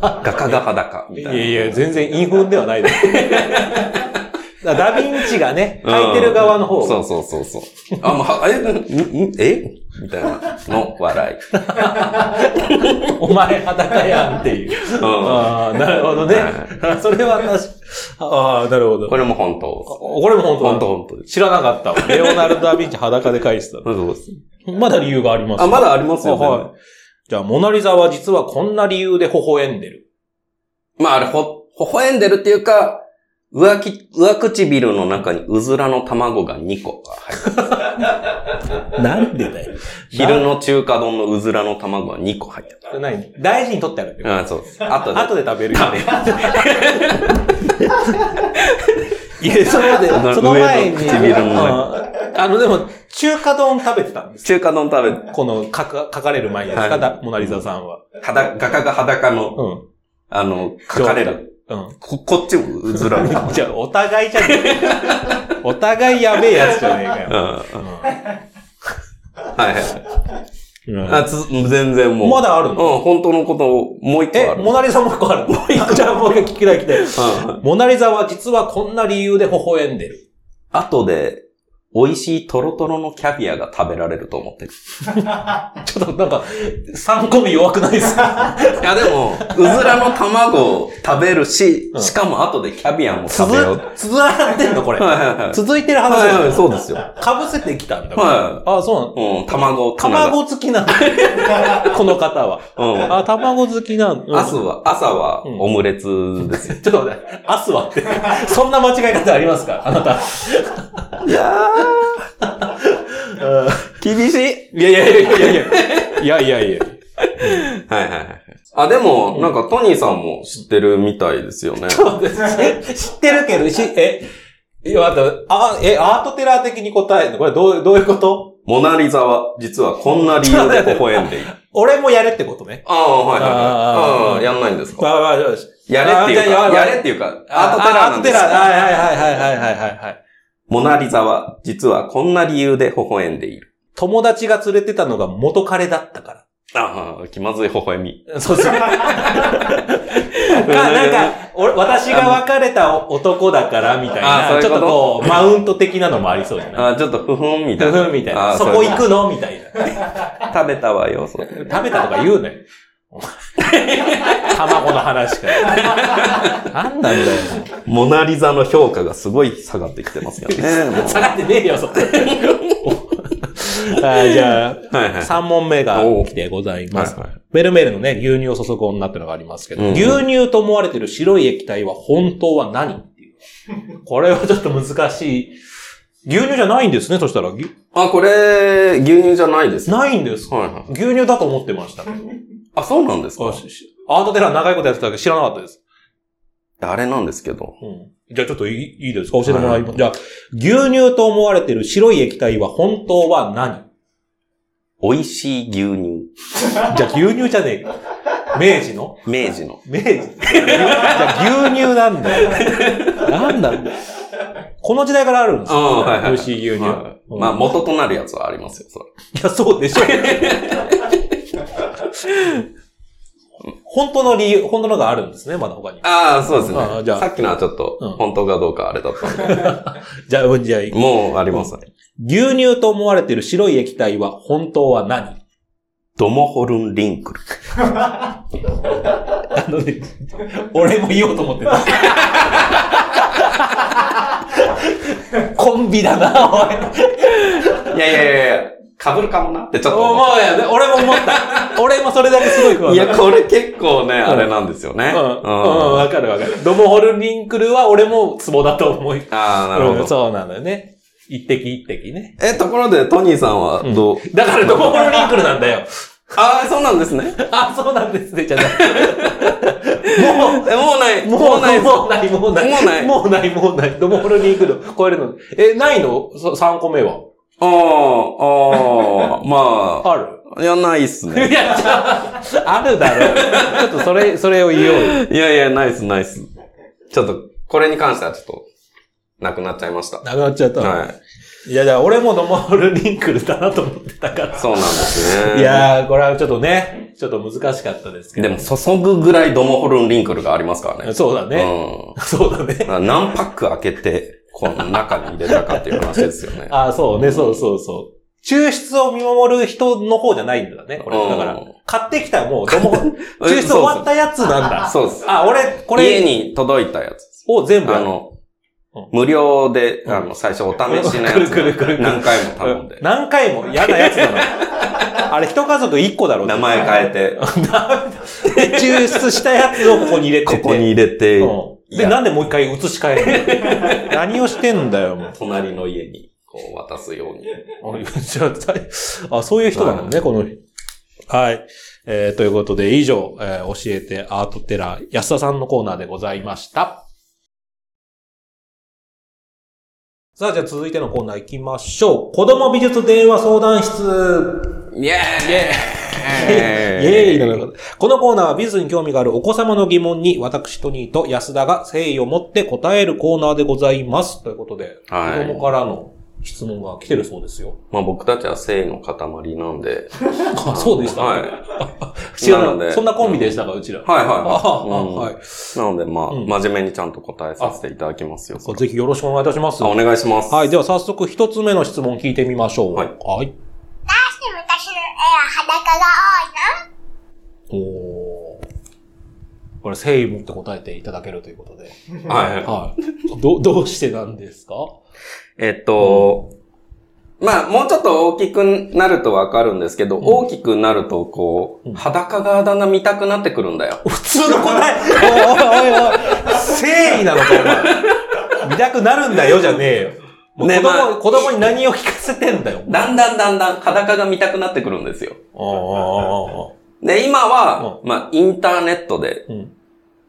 [SPEAKER 2] 画家が裸みたいな。
[SPEAKER 1] 全然陰憤では (laughs) ないだ
[SPEAKER 2] (laughs)
[SPEAKER 1] ろダヴィンチがね、書いてる側の
[SPEAKER 2] うん
[SPEAKER 1] 方。
[SPEAKER 2] そうそうそうそう。あ、まあ、え、んんえみたいなの笑い。
[SPEAKER 1] お前裸やんっていう。
[SPEAKER 2] うん
[SPEAKER 1] ああ、なるほどね。それは確か、ああ、なるほど。
[SPEAKER 2] こ
[SPEAKER 1] こ
[SPEAKER 2] れも本当。
[SPEAKER 1] れも本当
[SPEAKER 2] 本当
[SPEAKER 1] だ
[SPEAKER 2] 本当です。
[SPEAKER 1] 知らなかったわ。レオナルド・ダ・ヴィンチ裸で書いて
[SPEAKER 2] そうです。
[SPEAKER 1] た。まだ理由があります。
[SPEAKER 2] あ、まだありますよ、
[SPEAKER 1] あはいじゃあ、モナリザは実はこんな理由で微笑んでる。
[SPEAKER 2] まあ、あれ、ほ、微笑んでるっていうか、上き、上唇の中にうずらの卵が2個が入って
[SPEAKER 1] なんでだよ。
[SPEAKER 2] る。昼の中華丼のうずらの卵が2個入ってる。
[SPEAKER 1] 何大事に取ってあるってこと
[SPEAKER 2] うん、そうです。あとで。
[SPEAKER 1] 後で食べるよ。いや、そ
[SPEAKER 2] あの
[SPEAKER 1] のその前に、
[SPEAKER 2] 上の唇の
[SPEAKER 1] ああの、でも、中華丼食べてたんです。
[SPEAKER 2] 中華丼食べ、
[SPEAKER 1] この、書か、書かれる前ですか、
[SPEAKER 2] はい
[SPEAKER 1] だモナリザさんは。
[SPEAKER 2] 裸、画家が裸の、
[SPEAKER 1] うん。
[SPEAKER 2] あの、書かれる。
[SPEAKER 1] うん。
[SPEAKER 2] こ、こっちもうずらの
[SPEAKER 1] (laughs)
[SPEAKER 2] 卵。
[SPEAKER 1] じゃあ、お互いじゃねえ (laughs) かよお互いやべえやつじゃねえか
[SPEAKER 2] うん。
[SPEAKER 1] よ。
[SPEAKER 2] はいはい。
[SPEAKER 1] うん
[SPEAKER 2] あ、つ、全然もう。
[SPEAKER 1] まだある
[SPEAKER 2] うん、
[SPEAKER 1] の、
[SPEAKER 2] 本当のことをもう一個
[SPEAKER 1] え
[SPEAKER 2] あ、る。
[SPEAKER 1] モナリザもう一個あるのじゃあ、もう一個聞きたい聞きたい。
[SPEAKER 2] うん
[SPEAKER 1] モナリザは実はこんな理由で微笑んでる。
[SPEAKER 2] 後で、美味しいトロトロのキャビアが食べられると思ってる。
[SPEAKER 1] ちょっとなんか、3個目弱くないです (laughs) か
[SPEAKER 2] いやでも、うずらの卵を食べるし
[SPEAKER 1] う、ん
[SPEAKER 2] しかも後でキャビアも
[SPEAKER 1] つづ
[SPEAKER 2] 食べよう。
[SPEAKER 1] つづらなってんのこれ。
[SPEAKER 2] はいはいはい。
[SPEAKER 1] 続いてる話
[SPEAKER 2] はいはい
[SPEAKER 1] だ
[SPEAKER 2] はい、
[SPEAKER 1] よ。
[SPEAKER 2] そうですよ。
[SPEAKER 1] かぶせてきたんだから。
[SPEAKER 2] は
[SPEAKER 1] あ、そうなの
[SPEAKER 2] い。うん、卵、卵。
[SPEAKER 1] 卵好き (laughs) なんだ。この方は。
[SPEAKER 2] うん。
[SPEAKER 1] あ、卵好きなんだ。
[SPEAKER 2] 朝は、朝はオムレツですよ。
[SPEAKER 1] (laughs) ちょっと待って、アスは (laughs) って、そんな間違い方ありますかあなた。
[SPEAKER 2] いやー、厳しい。
[SPEAKER 1] (laughs) いやいやいやいやいやいや。いやいやいや。
[SPEAKER 2] はいはいはい。あ、でも、なんかトニーさんも知ってるみたいですよね。
[SPEAKER 1] 知ってるけど、し、え、いや、待ってあ、え、アートテラー的に答えるのこれどう、どういうこと
[SPEAKER 2] モナリザは、実はこんな理由で微笑んでいる。
[SPEAKER 1] 俺もやれってことね。
[SPEAKER 2] (laughs) ああ、はい
[SPEAKER 1] あ
[SPEAKER 2] はい
[SPEAKER 1] ー
[SPEAKER 2] はい。ああ、やんないんですか
[SPEAKER 1] わわわ
[SPEAKER 2] やれっていう
[SPEAKER 1] あーじ
[SPEAKER 2] か、
[SPEAKER 1] ゃあ
[SPEAKER 2] やれっていうか、
[SPEAKER 1] あ
[SPEAKER 2] アートテラーなんです
[SPEAKER 1] アートテラー
[SPEAKER 2] よ。
[SPEAKER 1] はいはいはいはいはいはいはい。
[SPEAKER 2] モナリザは、実はこんな理由で微笑んでいる。
[SPEAKER 1] 友達が連れてたのが元彼だったか
[SPEAKER 2] ああ、気まずい微笑み。
[SPEAKER 1] ら。 (laughs) そうそう。
[SPEAKER 2] (laughs)
[SPEAKER 1] か、なんか、俺、私が別れた男だから、みたい
[SPEAKER 2] あそ
[SPEAKER 1] な、
[SPEAKER 2] うい
[SPEAKER 1] ちょ
[SPEAKER 2] うこ
[SPEAKER 1] っ
[SPEAKER 2] と
[SPEAKER 1] とこう、マウント的なのもありそうじゃない
[SPEAKER 2] ああ、ちょっと不憤みた
[SPEAKER 1] ふ
[SPEAKER 2] いな。
[SPEAKER 1] ふみたいな。
[SPEAKER 2] あー
[SPEAKER 1] そこ行くのみたいな。
[SPEAKER 2] 食べたわよ、それ。
[SPEAKER 1] 食べたとか言うね。お
[SPEAKER 2] (laughs)
[SPEAKER 1] 前卵の話から。なんなんだよ。
[SPEAKER 2] モナリザの評価がすごい下がってきてますよね。もう
[SPEAKER 1] 下がってねえよ、そこ。
[SPEAKER 2] (laughs)
[SPEAKER 1] はい、じゃあ、
[SPEAKER 2] はいはい。
[SPEAKER 1] 3問目が来てございます。
[SPEAKER 2] はいはい
[SPEAKER 1] ベルメールのね、牛乳を注ぐ女ってのがありますけど、
[SPEAKER 2] うんうん
[SPEAKER 1] 牛乳と思われてる白い液体は本当は何っていう。これはちょっと難しい。牛乳じゃないんですね、そしたら。ぎ
[SPEAKER 2] あ、これ、牛乳じゃないです。
[SPEAKER 1] ないんですか
[SPEAKER 2] はいはい。
[SPEAKER 1] 牛乳だと思ってました。
[SPEAKER 2] あ、そうなんです
[SPEAKER 1] あ
[SPEAKER 2] か
[SPEAKER 1] ししアートテラー長いことやってたけど知らなかったです。
[SPEAKER 2] あれなんですけど。
[SPEAKER 1] じゃあちょっといいいいですか教えてもらいます。
[SPEAKER 2] はい
[SPEAKER 1] じゃあ、牛乳と思われてる白い液体は本当は何
[SPEAKER 2] 美味しい牛乳。
[SPEAKER 1] じゃあ牛乳じゃねえか。明治の
[SPEAKER 2] 明治の。
[SPEAKER 1] 明治じゃあ牛乳なんだよ。なんだろうこの時代からあるんですよ。
[SPEAKER 2] あーはいはい
[SPEAKER 1] 美味しい牛乳。
[SPEAKER 2] はいまあ、元となるやつはありますよ、それ。
[SPEAKER 1] いや、そうでしょ。本当の理由、本当のがあるんですね、まだ他に。
[SPEAKER 2] ああ、そうですね
[SPEAKER 1] あ。じゃあ
[SPEAKER 2] さっきのはちょっと
[SPEAKER 1] うん、
[SPEAKER 2] 本当かどうかあれだったんで。
[SPEAKER 1] じゃあ、うんじゃあ、牛
[SPEAKER 2] もうありますね。
[SPEAKER 1] 乳と思われてる白い液体は本当は何
[SPEAKER 2] ドモホルンリンクル。
[SPEAKER 1] あのね、俺も言おうと思ってた。コンビだな、おい。
[SPEAKER 2] いやいやいやいや、被るかもなってちょっと
[SPEAKER 1] もう
[SPEAKER 2] 思っ
[SPEAKER 1] もうやね、俺も思った。俺もそれだけすごい不
[SPEAKER 2] た。
[SPEAKER 1] 安
[SPEAKER 2] い
[SPEAKER 1] だ。
[SPEAKER 2] や、これ結構ね、あれなんですよね。
[SPEAKER 1] うん、うん、
[SPEAKER 2] あ
[SPEAKER 1] わかるわかる。ドモホルリンクルは俺もツボだと思い。
[SPEAKER 2] あー、なるほ
[SPEAKER 1] うん
[SPEAKER 2] ど。
[SPEAKER 1] そうなんだよね。一滴一滴ね。
[SPEAKER 2] え、ところで、トニーさんはどう、
[SPEAKER 1] だからドモホルリンクルなんだよ。
[SPEAKER 2] ああ、そうなんですね。
[SPEAKER 1] あ、そうなんですね、じゃない。もう、
[SPEAKER 2] え、もうな
[SPEAKER 1] (laughs)
[SPEAKER 2] い。
[SPEAKER 1] もう
[SPEAKER 2] もうないです。
[SPEAKER 1] もうない、もうない。
[SPEAKER 2] もうない
[SPEAKER 1] もうない、もうない。ドモホルリンクル超えるの。え、ないの ?3 個目は。
[SPEAKER 2] ああ、ああ、ま
[SPEAKER 1] ある
[SPEAKER 2] あ、いや、ないっす
[SPEAKER 1] (laughs)
[SPEAKER 2] ね。
[SPEAKER 1] いや、じゃあ、あるだろう。ちょっとそれ、それを言おうよ。
[SPEAKER 2] いやいや、ないっす、ないっす。ちょっと、これに関してはちょっと、なくなっちゃいました。
[SPEAKER 1] なくなっちゃった。、
[SPEAKER 2] はい
[SPEAKER 1] や、じゃあ俺もドモホルリンクルだなと思ってたから
[SPEAKER 2] い。。そうなんですね。
[SPEAKER 1] いやー、これはちょっとね、ちょっと難しかったですけ
[SPEAKER 2] で
[SPEAKER 1] ど。
[SPEAKER 2] も、注ぐぐらいドモホルンリンクルがありますからね。
[SPEAKER 1] そうだね。
[SPEAKER 2] う
[SPEAKER 1] (laughs) そうだね。
[SPEAKER 2] ん。何パック開けて、この中に入れたかっていう話ですよね。
[SPEAKER 1] あーそうね、そうそうそう。抽出を見守る人の方じゃないんだね、これ。だか
[SPEAKER 2] う
[SPEAKER 1] ら
[SPEAKER 2] ん、
[SPEAKER 1] 買ってきたもう、ド
[SPEAKER 2] (laughs)
[SPEAKER 1] モ、抽
[SPEAKER 2] え
[SPEAKER 1] 出終わったやつなんだ。
[SPEAKER 2] そうです。
[SPEAKER 1] (laughs) あ、俺、こ
[SPEAKER 2] これ、家
[SPEAKER 1] れ
[SPEAKER 2] に届いたやつ。
[SPEAKER 1] を全部や
[SPEAKER 2] あ
[SPEAKER 1] る、
[SPEAKER 2] の
[SPEAKER 1] うん、
[SPEAKER 2] 無料で、あの、最初お試しの
[SPEAKER 1] (laughs)
[SPEAKER 2] やつ
[SPEAKER 1] くるくるくるくる
[SPEAKER 2] 何回も頼んで、
[SPEAKER 1] 何回も嫌なやつだな。
[SPEAKER 2] (laughs)
[SPEAKER 1] あれ、一家族一個だろ。
[SPEAKER 2] 名前変えて、
[SPEAKER 1] 抽出したやつをここに入れて
[SPEAKER 2] こ
[SPEAKER 1] て。
[SPEAKER 2] こに入れて、
[SPEAKER 1] うん。で、
[SPEAKER 2] いや
[SPEAKER 1] なんでもう一回移し替
[SPEAKER 2] (laughs)
[SPEAKER 1] えるの何をしてんだよ、もう
[SPEAKER 2] 隣の家に、こう渡すように。
[SPEAKER 1] あじゃあ、あそういう人なのね、この人。はい。えーということで、以上、えー教えてアートテラー安田さんのコーナーでございました。さあ、じゃあ続いてのコーナー行きましょう。子供美術電話相談室。
[SPEAKER 2] イェーイ
[SPEAKER 1] イェーイなのかこのコーナーは美術に興味があるお子様の疑問に私トニーと安田が誠意を持って答えるコーナーでございます。ということで、
[SPEAKER 2] はい
[SPEAKER 1] 子供からの質問が来てるそうですよ。
[SPEAKER 2] まあ僕たちは誠意の塊なんで。
[SPEAKER 1] あ、そうでした。
[SPEAKER 2] はい。
[SPEAKER 1] (laughs) 知ら
[SPEAKER 2] なの
[SPEAKER 1] ない。
[SPEAKER 2] で
[SPEAKER 1] そんなコンビでしたか、うちら。
[SPEAKER 2] はい
[SPEAKER 1] あああ
[SPEAKER 2] は
[SPEAKER 1] はいい。
[SPEAKER 2] うん。なのでまあ、
[SPEAKER 1] うん
[SPEAKER 2] 真面目にちゃんと答えさせていただきますよ。
[SPEAKER 1] ぜひよろしくお願いいたします。
[SPEAKER 2] あお願いします。
[SPEAKER 1] はい。では早速一つ目の質問聞いてみましょう。
[SPEAKER 2] はい
[SPEAKER 1] はい。
[SPEAKER 3] して昔の絵は裸が多いの
[SPEAKER 1] おおー。これ誠意持って答えていただけるということで。
[SPEAKER 2] はいはい。
[SPEAKER 1] はい。ど、 (laughs) どうしてなんですか
[SPEAKER 2] えっと、まあ、もうちょっと大きくなるとわかるんですけど、大きくなると、こ
[SPEAKER 1] う
[SPEAKER 2] う、
[SPEAKER 1] ん
[SPEAKER 2] 裸がだんだん見たくなってくるんだよ。
[SPEAKER 1] 普通の答えおいおいおいおい誠意なのか、お前。見たくなるんだよ、じゃねえよ。もう
[SPEAKER 2] ね
[SPEAKER 1] 子供、
[SPEAKER 2] まあ
[SPEAKER 1] 子供に何を聞かせてんだよ。 (laughs)
[SPEAKER 2] だんだんだんだん裸が見たくなってくるんですよ。
[SPEAKER 1] ああ、
[SPEAKER 2] で、今は、
[SPEAKER 1] う
[SPEAKER 2] まあ、インターネットで、
[SPEAKER 1] うん。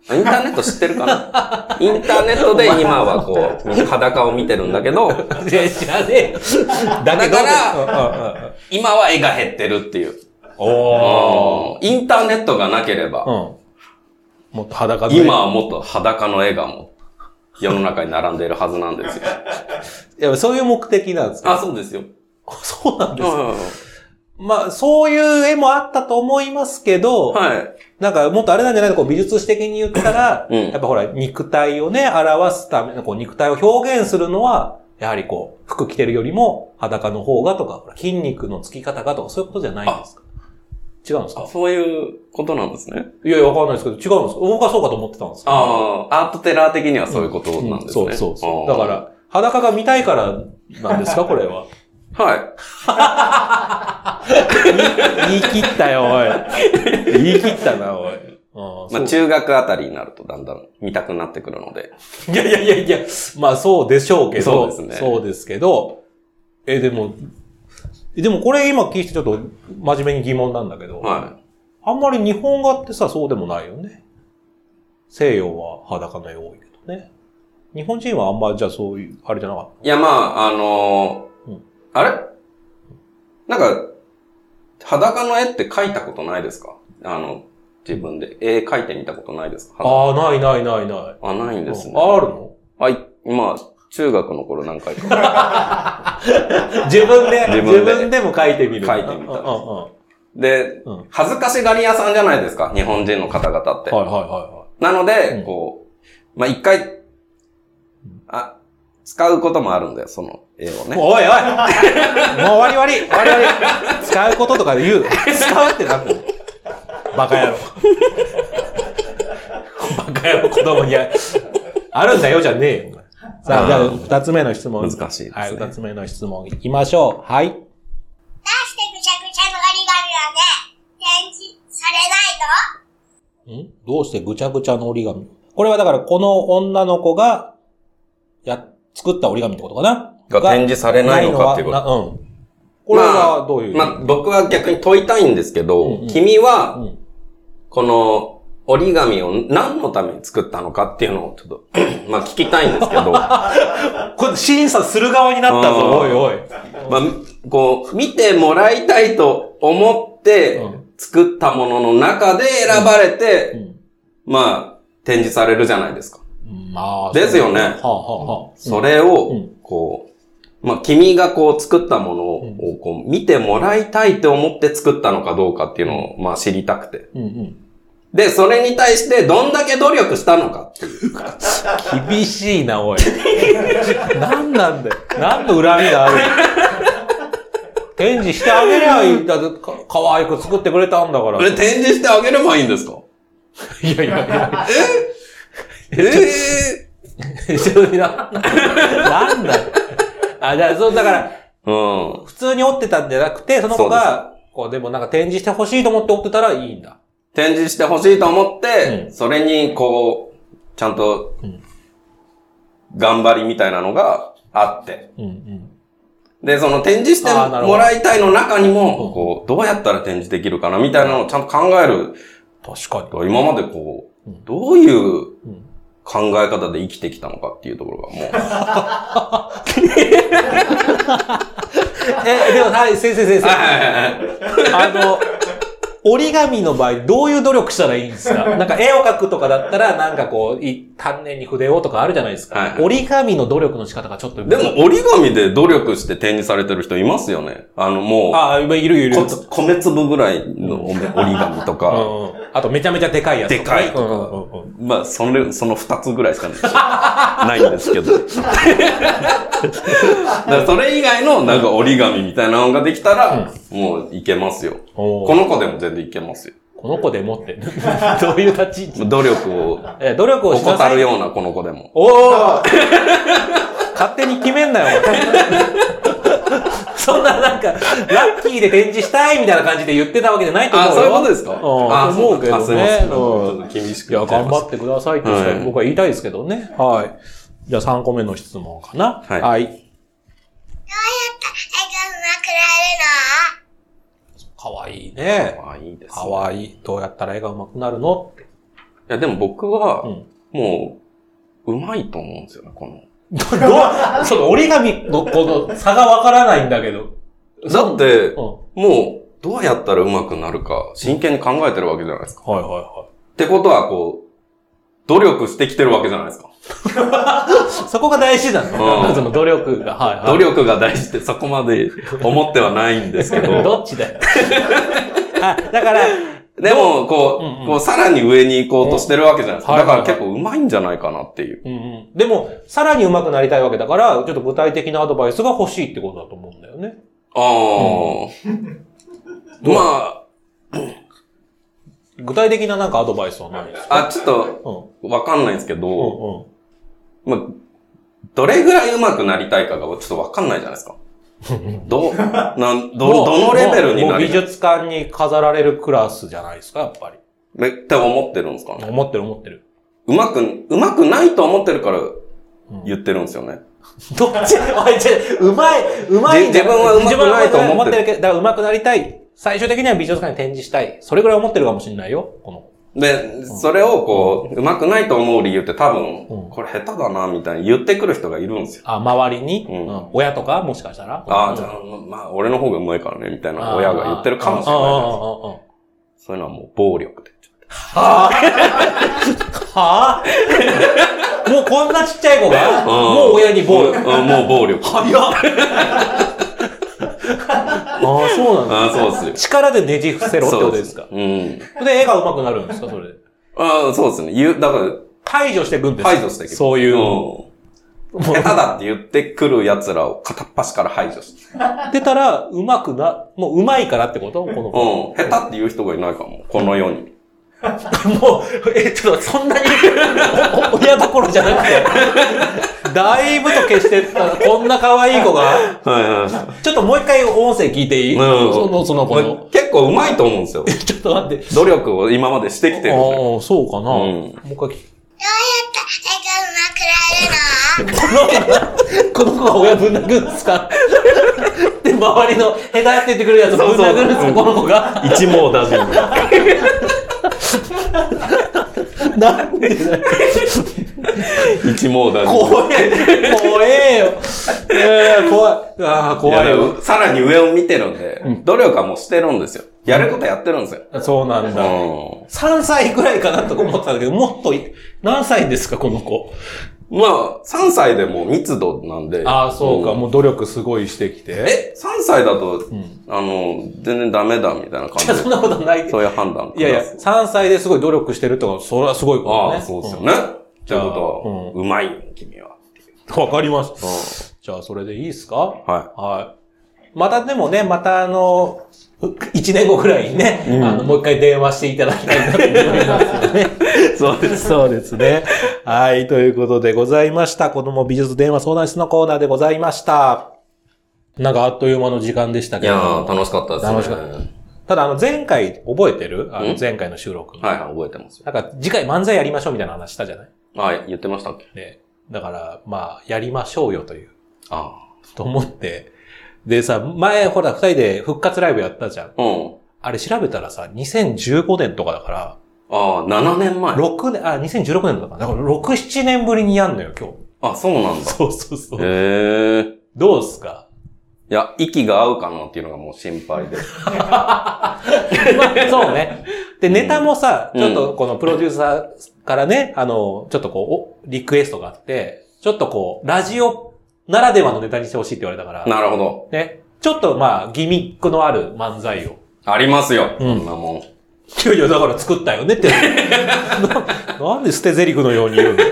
[SPEAKER 2] インターネット知ってるか (laughs) なインターネットで今はこう、裸を見てるんだけど、
[SPEAKER 1] いや、知らねえよ。だけど
[SPEAKER 2] だから
[SPEAKER 1] うんうんうん
[SPEAKER 2] 今は絵が減ってるっていう。
[SPEAKER 1] おー。
[SPEAKER 2] インターネットがなけれ
[SPEAKER 1] うん。
[SPEAKER 2] ば、
[SPEAKER 1] もっと裸で。
[SPEAKER 2] 今はもっと裸の絵がもう、世の中に並んでいるはずなんですよ。
[SPEAKER 1] いや、そういう目的なんです
[SPEAKER 2] あ、
[SPEAKER 1] か
[SPEAKER 2] そうですよ。
[SPEAKER 1] (laughs) そうなんですか
[SPEAKER 2] は
[SPEAKER 1] まあ、そういう絵もあったと思いますけど、
[SPEAKER 2] い。
[SPEAKER 1] なんかもっとあれなんじゃないのこう美術史的に言ったら、
[SPEAKER 2] うん
[SPEAKER 1] やっぱほら、肉体をね、表すための、こう肉体を表現するのは、やはりこう、服着てるよりも裸の方がとか、ほら筋肉のつき方がとか、そういうことじゃないんですか違うんです
[SPEAKER 2] あ
[SPEAKER 1] か
[SPEAKER 2] そういうことなんですね。
[SPEAKER 1] いやいや、わかんないですけど、違うんですか僕はそうかと思ってたんですけど。
[SPEAKER 2] ああ、アートテラー的にはそういうことなんですね。
[SPEAKER 1] そうそうそう。
[SPEAKER 2] あ
[SPEAKER 1] だ
[SPEAKER 2] ー
[SPEAKER 1] から、裸が見たいからなんですか
[SPEAKER 2] (laughs)
[SPEAKER 1] これは。 (laughs)
[SPEAKER 2] はい。
[SPEAKER 1] 言い切ったよ、おい。言い切ったな、おい。あー
[SPEAKER 2] まあ、
[SPEAKER 1] そう
[SPEAKER 2] 中学あたりになるとだんだん見たくなってくるので。
[SPEAKER 1] いやいやいやいや、まあそうでしょうけど。
[SPEAKER 2] そうですね
[SPEAKER 1] そうですけど、え、でも、えでもこれ今聞いてちょっと真面目に疑問なんだけど、
[SPEAKER 2] は
[SPEAKER 1] あんまり日本画ってさ、そうでもないよね。西洋は裸の絵多いけどね。日本人はあんまじゃあそういう、あれじゃなかっ
[SPEAKER 2] い。いや、まあ、あのー
[SPEAKER 1] うん
[SPEAKER 2] あれなんか、裸の絵って描いたことないですかあの、自分で絵描いてみたことないです
[SPEAKER 1] た。
[SPEAKER 2] か
[SPEAKER 1] ああ、ないないないない。
[SPEAKER 2] あないんですね。
[SPEAKER 1] ああるの
[SPEAKER 2] はい。まあ、中学の頃何回か。
[SPEAKER 1] (laughs) 自分で、
[SPEAKER 2] 自
[SPEAKER 1] 自
[SPEAKER 2] 分で
[SPEAKER 1] 分でも書いてみる。
[SPEAKER 2] 書い
[SPEAKER 1] う
[SPEAKER 2] てみた
[SPEAKER 1] んうんうん
[SPEAKER 2] で
[SPEAKER 1] うん、
[SPEAKER 2] 恥ずかしがり屋さんじゃないですか、日本人の方々って。
[SPEAKER 1] はいはいは
[SPEAKER 2] なので、
[SPEAKER 1] うん
[SPEAKER 2] こう、まあ、一回、あ、使うこともあるんだよ、その絵を
[SPEAKER 1] いはい。
[SPEAKER 2] ね。
[SPEAKER 1] おいおいもう終わり終わり終わり終わり使うこととかで言うの使うってなってる。バカ野郎。バカ野郎、子供にああるんだよじゃねえよ。お前さあ、じゃあ、二つ目の質問。
[SPEAKER 2] 難しいですね
[SPEAKER 1] はい、二つ目の質問行きましょう。はい。
[SPEAKER 3] 出してぐちゃぐちゃの折り紙はね、展示されないの
[SPEAKER 1] んどうしてぐちゃぐちゃの折り紙これはだから、この女の子が、や、作った折り紙ってことかな
[SPEAKER 2] が展示されないのかっていうこと。
[SPEAKER 1] なうん。これはどういう、
[SPEAKER 2] まあ、僕は逆に問いたいんですけど、
[SPEAKER 1] うんうん
[SPEAKER 2] 君は、
[SPEAKER 1] うん
[SPEAKER 2] この、折り紙を何のために作ったのかっていうのをちょっと、 (clears throat) まあ聞きたいんです
[SPEAKER 1] (laughs)
[SPEAKER 2] けど、ま
[SPEAKER 1] これ審査する側になった
[SPEAKER 2] あ
[SPEAKER 1] ぞ、
[SPEAKER 2] ー
[SPEAKER 1] おいおい。
[SPEAKER 2] あ、こう、見てもらいたいと思って
[SPEAKER 1] うん
[SPEAKER 2] 作ったものの中で選ばれ
[SPEAKER 1] う
[SPEAKER 2] て、
[SPEAKER 1] ん
[SPEAKER 2] まあ、展示されるじゃないですか。
[SPEAKER 1] まあ
[SPEAKER 2] ですよね
[SPEAKER 1] はあ、は
[SPEAKER 2] それ
[SPEAKER 1] う
[SPEAKER 2] を
[SPEAKER 1] ん、
[SPEAKER 2] こう、まあ、君がこう作ったものを、こう、見てもらいたいと思って作ったのかどうかっていうのを、まあ、知りたくて。
[SPEAKER 1] あ、うんうん。
[SPEAKER 2] で、それに対して、どんだけ努力したのかっていう。
[SPEAKER 1] 厳しいな、おい。 (laughs) 何なんだよ。何の恨みがある展示してあげりゃいい。だってか、かわいく作ってくれたんだから。い
[SPEAKER 2] 展示してあげればいいんですか
[SPEAKER 1] やいやいや。
[SPEAKER 2] ええ
[SPEAKER 1] ちょっとなんだなんだよあ、じゃあ、そう、だから、
[SPEAKER 2] (laughs) うん。
[SPEAKER 1] 普通に折ってたんじゃなくて、その子
[SPEAKER 2] そ
[SPEAKER 1] が、こう、でもなんか展示してほしいと思って折ってたらいいんだ。
[SPEAKER 2] 展示してほしいと思って、
[SPEAKER 1] うん
[SPEAKER 2] それに、こう、ちゃんと
[SPEAKER 1] うん、
[SPEAKER 2] 頑張りみたいなのがあって。
[SPEAKER 1] うんうん。
[SPEAKER 2] で、その展示して
[SPEAKER 1] あーなるほど
[SPEAKER 2] もらいたいの中に
[SPEAKER 1] う
[SPEAKER 2] も、
[SPEAKER 1] ん
[SPEAKER 2] こう、どうやったら展示できるかなみたいなのをちゃんと考える
[SPEAKER 1] 確かに。
[SPEAKER 2] 今までこう
[SPEAKER 1] うん、
[SPEAKER 2] どういう
[SPEAKER 1] うん
[SPEAKER 2] 考え方で生きてきたのかっていうところがもう。 (laughs)
[SPEAKER 1] え、でも、はい、先生先生。
[SPEAKER 2] はいはいはい
[SPEAKER 1] あの、折り紙の場合、どういう努力したらいいんです (laughs) かなんか絵を描くとかだったら、なんかこう、い丹念に筆をとかあるじゃないですか。
[SPEAKER 2] はいはい
[SPEAKER 1] 折り紙の努力の仕方がちょっと。
[SPEAKER 2] で、も折り紙で努力して展示されてる人いますよね。あのもう、
[SPEAKER 1] ああ、いるいるいる。
[SPEAKER 2] こつ米粒ぐらいの
[SPEAKER 1] (laughs)
[SPEAKER 2] おめ折り紙とか、
[SPEAKER 1] うんうんあと、めちゃめちゃでかいやつとか、
[SPEAKER 2] でかいとか
[SPEAKER 1] うんうんうん
[SPEAKER 2] まあ、それ、その二つぐらいしかないないんですけ (laughs) ど。だからそれ以外の、なんか折り紙みたいなのができたら、もういけますよ。
[SPEAKER 1] おー
[SPEAKER 2] この子でも全然いけますよ。
[SPEAKER 1] この子でもって、 (laughs) どういう立ち位置
[SPEAKER 2] 努力を
[SPEAKER 1] え努力をしな
[SPEAKER 2] 怠
[SPEAKER 1] さ
[SPEAKER 2] る
[SPEAKER 1] い。
[SPEAKER 2] ようなこの子でも。
[SPEAKER 1] おお (laughs) 勝手に決めんなよ、お前 (laughs) そんななんか、ラッキーで展示したいみたいな感じで言ってたわけじゃないと思う
[SPEAKER 2] あ、
[SPEAKER 1] よ。
[SPEAKER 2] そういうことですかあ、
[SPEAKER 1] 思うけどね
[SPEAKER 2] あすいません。ち
[SPEAKER 1] うん
[SPEAKER 2] ょっと厳しく
[SPEAKER 1] いや、
[SPEAKER 2] 言っちゃい
[SPEAKER 1] 頑
[SPEAKER 2] まし
[SPEAKER 1] 張ってくださいってしか
[SPEAKER 2] はい
[SPEAKER 1] 僕は言いたいですけどね。はい。じゃあ3個目の質問かな。
[SPEAKER 2] はい
[SPEAKER 1] はい。
[SPEAKER 3] どうやったら絵がうまくなるの
[SPEAKER 1] かわいいね
[SPEAKER 2] た。。あ、いいですね。
[SPEAKER 1] か
[SPEAKER 2] い
[SPEAKER 1] わいい。どうやったら絵が上手くなるのって。
[SPEAKER 2] や、でも僕
[SPEAKER 1] う
[SPEAKER 2] は、
[SPEAKER 1] ん。
[SPEAKER 2] もう、うまいと思うんですよね、この。
[SPEAKER 1] (laughs) どう、その折り紙のこの差がわからないんだけど。
[SPEAKER 2] だって、
[SPEAKER 1] う
[SPEAKER 2] もう、どうやったら上手くなるか、真剣に考えてるわけじゃないですか。
[SPEAKER 1] ん。はいはいは
[SPEAKER 2] ってことは、こう、努力してきてるわけじゃないですか。
[SPEAKER 1] い。そこが大事なの。
[SPEAKER 2] う
[SPEAKER 1] (laughs)
[SPEAKER 2] ん
[SPEAKER 1] その努力が。はいはい。
[SPEAKER 2] 努力が大事ってそこまで思ってはないんです
[SPEAKER 1] (laughs)
[SPEAKER 2] け (laughs) ど。
[SPEAKER 1] どっちだよ。あ、だから、
[SPEAKER 2] でも、こ
[SPEAKER 1] うんうん
[SPEAKER 2] う、こう、さらに上に行こうとしてるわけじゃないです
[SPEAKER 1] う
[SPEAKER 2] か。
[SPEAKER 1] んは
[SPEAKER 2] だ
[SPEAKER 1] いはい
[SPEAKER 2] か
[SPEAKER 1] は
[SPEAKER 2] ら
[SPEAKER 1] い
[SPEAKER 2] 結構上手いんじゃないかなっていう。
[SPEAKER 1] うんうん。でも、さらに上手くなりたいわけだから、ちょっと具体的なアドバイスが欲しいってことだと思うんだよね。
[SPEAKER 2] ああ。ま
[SPEAKER 1] 具体的ななんかアドバイスはないですか
[SPEAKER 2] あ、あ、ちょっと、
[SPEAKER 1] うん。
[SPEAKER 2] わかんないんですけ
[SPEAKER 1] う
[SPEAKER 2] ど、
[SPEAKER 1] んうん。
[SPEAKER 2] まあ、どれぐらい上手くなりたいかがちょっとわかんないじゃないですか。ど、なん、ど、どのレベルに
[SPEAKER 1] もうも
[SPEAKER 2] な
[SPEAKER 1] う
[SPEAKER 2] り
[SPEAKER 1] 美術館に飾られるクラスじゃないですか、やっぱり。
[SPEAKER 2] めって思ってるんですかね。
[SPEAKER 1] 思ってる思ってる。
[SPEAKER 2] うまく、うまくないと思ってるから
[SPEAKER 1] うん
[SPEAKER 2] 言ってるんですよね。
[SPEAKER 1] どっち、 (laughs) おい、ちょ、うまい、うまいんだよ。
[SPEAKER 2] じ自分は上手くないと思
[SPEAKER 1] 自分は
[SPEAKER 2] ってる
[SPEAKER 1] 上手くけど、だから上手くなりたい。最終的には美術館に展示したい。それぐらい思ってるかもしれないよ、この。
[SPEAKER 2] で、それをこう、うまくないと思う理由って多分
[SPEAKER 1] うん、
[SPEAKER 2] これ下手だな、みたいに言ってくる人がいるんですよ。
[SPEAKER 1] あ、周りに、
[SPEAKER 2] うん
[SPEAKER 1] うん親とかもしかしたら
[SPEAKER 2] ああ、じゃあ、まあ、俺の方が上手いからね、みたいな親が言ってるかもしれないじゃないですか。
[SPEAKER 1] ない。
[SPEAKER 2] そういうのはもう暴力で。
[SPEAKER 1] はぁはぁもうこんなちっちゃい子が、
[SPEAKER 2] ん
[SPEAKER 1] もう親にボール。
[SPEAKER 2] うん、もう暴
[SPEAKER 1] (laughs)
[SPEAKER 2] 力。あ
[SPEAKER 1] ああ、そうなんだ。
[SPEAKER 2] あ、そう
[SPEAKER 1] (laughs)
[SPEAKER 2] ですよ。
[SPEAKER 1] 力でねじ伏せろってことですか。
[SPEAKER 2] うん。
[SPEAKER 1] で、絵が上手くなるんですか、それで。
[SPEAKER 2] ああ、そうですね。言う、だから、
[SPEAKER 1] 排除していくんですか
[SPEAKER 2] 排除していく。
[SPEAKER 1] そういう。
[SPEAKER 2] うん。下手だって言ってくる奴らを片っ端から排除して。
[SPEAKER 1] 出たら、上手くな、もう上手いからってことこの子。
[SPEAKER 2] うん。下手って言う人がいないかも。この世に。
[SPEAKER 1] もう、え、ちょっとそんなに、親どころじゃなくて。だいぶと消してった、こんな可愛い子が。
[SPEAKER 2] はいはいはい。
[SPEAKER 1] ちょっともう一回音声聞いていい、
[SPEAKER 2] うん
[SPEAKER 1] その、その子
[SPEAKER 2] ま
[SPEAKER 1] の。
[SPEAKER 2] あ結構うまいと思うん
[SPEAKER 1] (laughs)
[SPEAKER 2] ですよ。
[SPEAKER 1] ちょっと待って。
[SPEAKER 2] 努力を今までしてきてるんで。
[SPEAKER 1] ああ、そうかな。
[SPEAKER 2] う
[SPEAKER 1] も
[SPEAKER 2] ん
[SPEAKER 1] う一回聞
[SPEAKER 3] どうやったら絵がうまくなるの
[SPEAKER 1] く。 (laughs) この子が親ぶん殴るんですか (laughs) で、周りの下手って言ってくるやつぶん
[SPEAKER 2] そうそう
[SPEAKER 1] 殴るんですかこの子が。
[SPEAKER 2] 一網打尽。だ
[SPEAKER 1] (laughs) なんでだよ
[SPEAKER 2] 一網打尽。
[SPEAKER 1] 怖え。怖えよ。いやいや、怖い。ああ、怖い
[SPEAKER 2] や
[SPEAKER 1] よ。
[SPEAKER 2] でもさらに上を見てるんで、努力はもうしてるんですよ。やることやってるんですよ。
[SPEAKER 1] そうなん
[SPEAKER 2] う
[SPEAKER 1] だ。
[SPEAKER 2] ん。
[SPEAKER 1] 3歳ぐらいかなとか思ってたんだけど、もっとい、何歳ですか、この子。
[SPEAKER 2] まあ、3歳でもう密度なんで。
[SPEAKER 1] ああ、そうか、
[SPEAKER 2] ん
[SPEAKER 1] もう努力すごいしてきて。
[SPEAKER 2] え、3歳だと、
[SPEAKER 1] ん
[SPEAKER 2] あの、全然ダメだみたいな感
[SPEAKER 1] (laughs) い
[SPEAKER 2] じ
[SPEAKER 1] や、
[SPEAKER 2] で。
[SPEAKER 1] そんなことない。
[SPEAKER 2] そういう判断。
[SPEAKER 1] いやいや、3歳ですごい努力してるとか、それはすごいこと
[SPEAKER 2] あ
[SPEAKER 1] ね。
[SPEAKER 2] あ、そうですよ
[SPEAKER 1] ん
[SPEAKER 2] ね。ということは、
[SPEAKER 1] う
[SPEAKER 2] うまいよ、君は。
[SPEAKER 1] わかりました。じゃあ、それでいいですか
[SPEAKER 2] は
[SPEAKER 1] はい。またでもね、またあの、う1年後くらいにね、あの、もう一回電話していただきたいなと思いますよ
[SPEAKER 2] (laughs)
[SPEAKER 1] ね。そうです。そうですね。はい、ということでございました。子供美術電話相談室のコーナーでございました。なんかあっという間の時間でした
[SPEAKER 2] い。い
[SPEAKER 1] けれ
[SPEAKER 2] や
[SPEAKER 1] ど
[SPEAKER 2] ー、
[SPEAKER 1] も。
[SPEAKER 2] 楽しかったですね。
[SPEAKER 1] 楽しかったただあの、前回覚えてるあの
[SPEAKER 2] ん、
[SPEAKER 1] 前回の収録。
[SPEAKER 2] はいはい、覚えてますよ。
[SPEAKER 1] なんか次回漫才やりましょうみたいな話したじゃない
[SPEAKER 2] あ、言ってましたっけ
[SPEAKER 1] ね。だから、まあ、やりましょうよという、
[SPEAKER 2] あ
[SPEAKER 1] と思って。でさ、前ほら二人で復活ライブやったじゃん。
[SPEAKER 2] あ。うん。
[SPEAKER 1] あれ調べたらさ、2015年とかだから、
[SPEAKER 2] ああ、7年前。
[SPEAKER 1] 6年、あ、2016年だから、だから6、7年ぶりにやんのよ、今日。
[SPEAKER 2] あ、そうなんだ。
[SPEAKER 1] そうそうそう。
[SPEAKER 2] へえ。
[SPEAKER 1] どうっすか
[SPEAKER 2] いや、息が合うかなっていうのがもう心配で。
[SPEAKER 1] そうね。で、ネタもさ、
[SPEAKER 2] うん
[SPEAKER 1] ちょっとこのプロデューサーからね、あの、ちょっとこう、おリクエストがあって、ちょっとこう、ラジオならではのネタにしてほしいって言われたから、
[SPEAKER 2] なるほど。
[SPEAKER 1] ね。ちょっとまあ、ギミックのある漫才を。
[SPEAKER 2] ありますよ。
[SPEAKER 1] うん
[SPEAKER 2] こんなもん。
[SPEAKER 1] いやいや、だから作ったよねって。 (laughs) ななんで捨て台詞のように言うのだか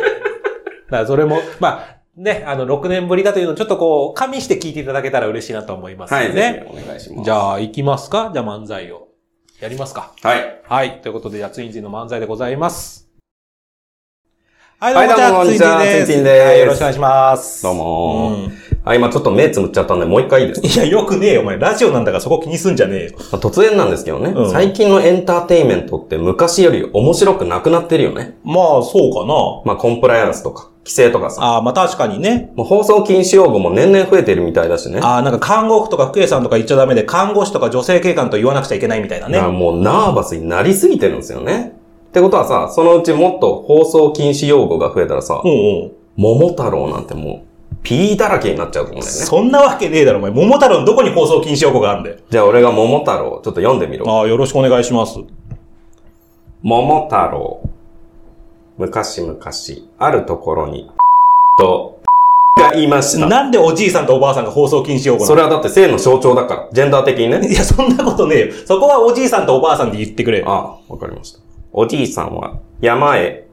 [SPEAKER 1] らそれも、まあ、ね、あの、6年ぶりだというのをちょっとこう、加味して聞いていただけたら嬉しいなと思いますよ
[SPEAKER 2] はい、
[SPEAKER 1] ね。
[SPEAKER 2] ぜひお願いします。
[SPEAKER 1] じゃあ、行きますかじゃあ漫才を。やりますか。
[SPEAKER 2] あ。はい。
[SPEAKER 1] はい。ということで、じゃあ、ツインズの漫才でございます。はい
[SPEAKER 2] はいどうも
[SPEAKER 1] じゃあ
[SPEAKER 2] こんにちは
[SPEAKER 1] ツインズ
[SPEAKER 2] ツインズです
[SPEAKER 1] はいよろしくお願いします。
[SPEAKER 2] どうもー、
[SPEAKER 1] うん
[SPEAKER 2] あ、今ちょっと目つむっちゃったんで、もう一回いいです (laughs) か
[SPEAKER 1] いや、よくねえよ、お前。ラジオなんだからそこ気にすんじゃねえよ。
[SPEAKER 2] まあ突然なんですけどね、
[SPEAKER 1] うん
[SPEAKER 2] 最近のエンターテインメントって昔より面白くなくなってるよね。
[SPEAKER 1] まあ、そう
[SPEAKER 2] まあ、コンプライアンスとか、規制とか
[SPEAKER 1] か
[SPEAKER 2] さ。
[SPEAKER 1] な。ああ、まあ確かにね。
[SPEAKER 2] もう放送禁止用語も年々増えてるみたいだしね。
[SPEAKER 1] ああ、なんか看護婦とか福江さんとか言っちゃダメで、看護師とか女性警官と言わなくちゃいけないみたいな
[SPEAKER 2] だから
[SPEAKER 1] ね。
[SPEAKER 2] もうナーバスになりすぎてるんですよね。ってことはさ、そのうちもっと放送禁止用語が増えたらさ、
[SPEAKER 1] うんうん。
[SPEAKER 2] 桃太郎なんてもう、ピーだらけになっちゃうと思うんだよね。
[SPEAKER 1] そんなわけねえだろ、お前。桃太郎のどこに放送禁止用語があるんだよ。
[SPEAKER 2] じゃあ俺が桃太郎、ちょっと読んでみろ。
[SPEAKER 1] ああ、よろしくお願いします。
[SPEAKER 2] 桃太郎。昔々、あるところに、と、がいました。
[SPEAKER 1] なんでおじいさんとおばあさんが放送禁止用語な
[SPEAKER 2] そ
[SPEAKER 1] の
[SPEAKER 2] れはだって性の象徴だから、ジェンダー的にね。
[SPEAKER 1] いや、そんなことねえよ。そこはおじいさんとおばあさんで言ってくれよ。
[SPEAKER 2] ああ、わかりました。おじいさんは、山へ。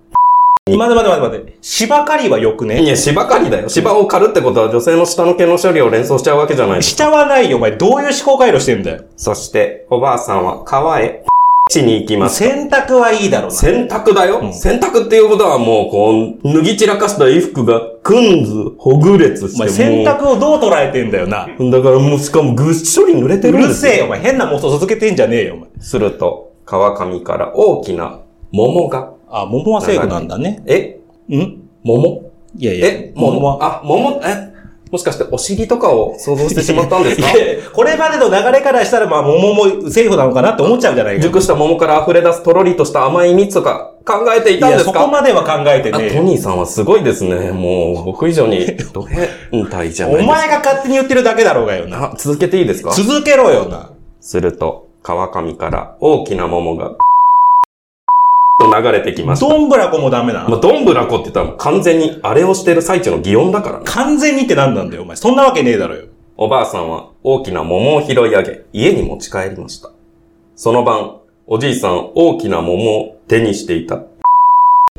[SPEAKER 1] 待て待て待て待て。芝刈りはよく
[SPEAKER 2] い
[SPEAKER 1] ね。
[SPEAKER 2] や、芝刈りだよ。芝を刈るってことは女性の下の毛の処理を連想しちゃうわけじゃない。
[SPEAKER 1] 下はないよ、お前。どういう思考回路してんだよ。
[SPEAKER 2] そして、おばあさんは川へ、地に行きます。
[SPEAKER 1] 洗濯はいいだろうな。
[SPEAKER 2] 洗濯だよ、
[SPEAKER 1] うん
[SPEAKER 2] 洗濯っていうことはもう、こう、脱ぎ散らかした衣服が、くんず、ほぐれつして、
[SPEAKER 1] お前、洗濯をどう捉えてんだよな。
[SPEAKER 2] だからもう、しかもぐっしょり濡れて
[SPEAKER 1] う
[SPEAKER 2] るん
[SPEAKER 1] る
[SPEAKER 2] です
[SPEAKER 1] せえ
[SPEAKER 2] よ。
[SPEAKER 1] よ、お前。変な妄想続けてんじゃねえよ、お前。
[SPEAKER 2] すると、川上から大きな桃が、
[SPEAKER 1] あ、桃はセーフなんだね。
[SPEAKER 2] え
[SPEAKER 1] んい
[SPEAKER 2] 桃
[SPEAKER 1] やいや。
[SPEAKER 2] え桃
[SPEAKER 1] は。
[SPEAKER 2] あ、桃えもしかしてお尻とかを想像してしまったんです
[SPEAKER 1] い
[SPEAKER 2] か
[SPEAKER 1] やいやこれまでの流れからしたら、まあ、桃もセーフなのかなって思っちゃうじゃないか。
[SPEAKER 2] 熟した桃から溢れ出すとろりとした甘い蜜とか考えてい
[SPEAKER 1] い
[SPEAKER 2] たんで
[SPEAKER 1] や、
[SPEAKER 2] す
[SPEAKER 1] そ
[SPEAKER 2] か
[SPEAKER 1] こまでは考えて
[SPEAKER 2] あ、ト
[SPEAKER 1] ねえよ。
[SPEAKER 2] ニーさんはすごいですね。もう、僕以上に、ド変態じゃない
[SPEAKER 1] お
[SPEAKER 2] です
[SPEAKER 1] 前が勝手に言ってるだけだろうがよな。
[SPEAKER 2] あ、続けていいですか
[SPEAKER 1] 続けろよな。
[SPEAKER 2] すると、川上から大きな桃が、と流れてきました。
[SPEAKER 1] どんぶらこもダメなの
[SPEAKER 2] まあ、どんぶらこって言ったら完全にあれをしてる最中の擬音だからね。
[SPEAKER 1] 完全にって何なんだよ、お前。そんなわけねえだろよ。
[SPEAKER 2] おばあさんは大きな桃を拾い上げ、家に持ち帰りました。その晩、おじいさん大きな桃を手にしていた。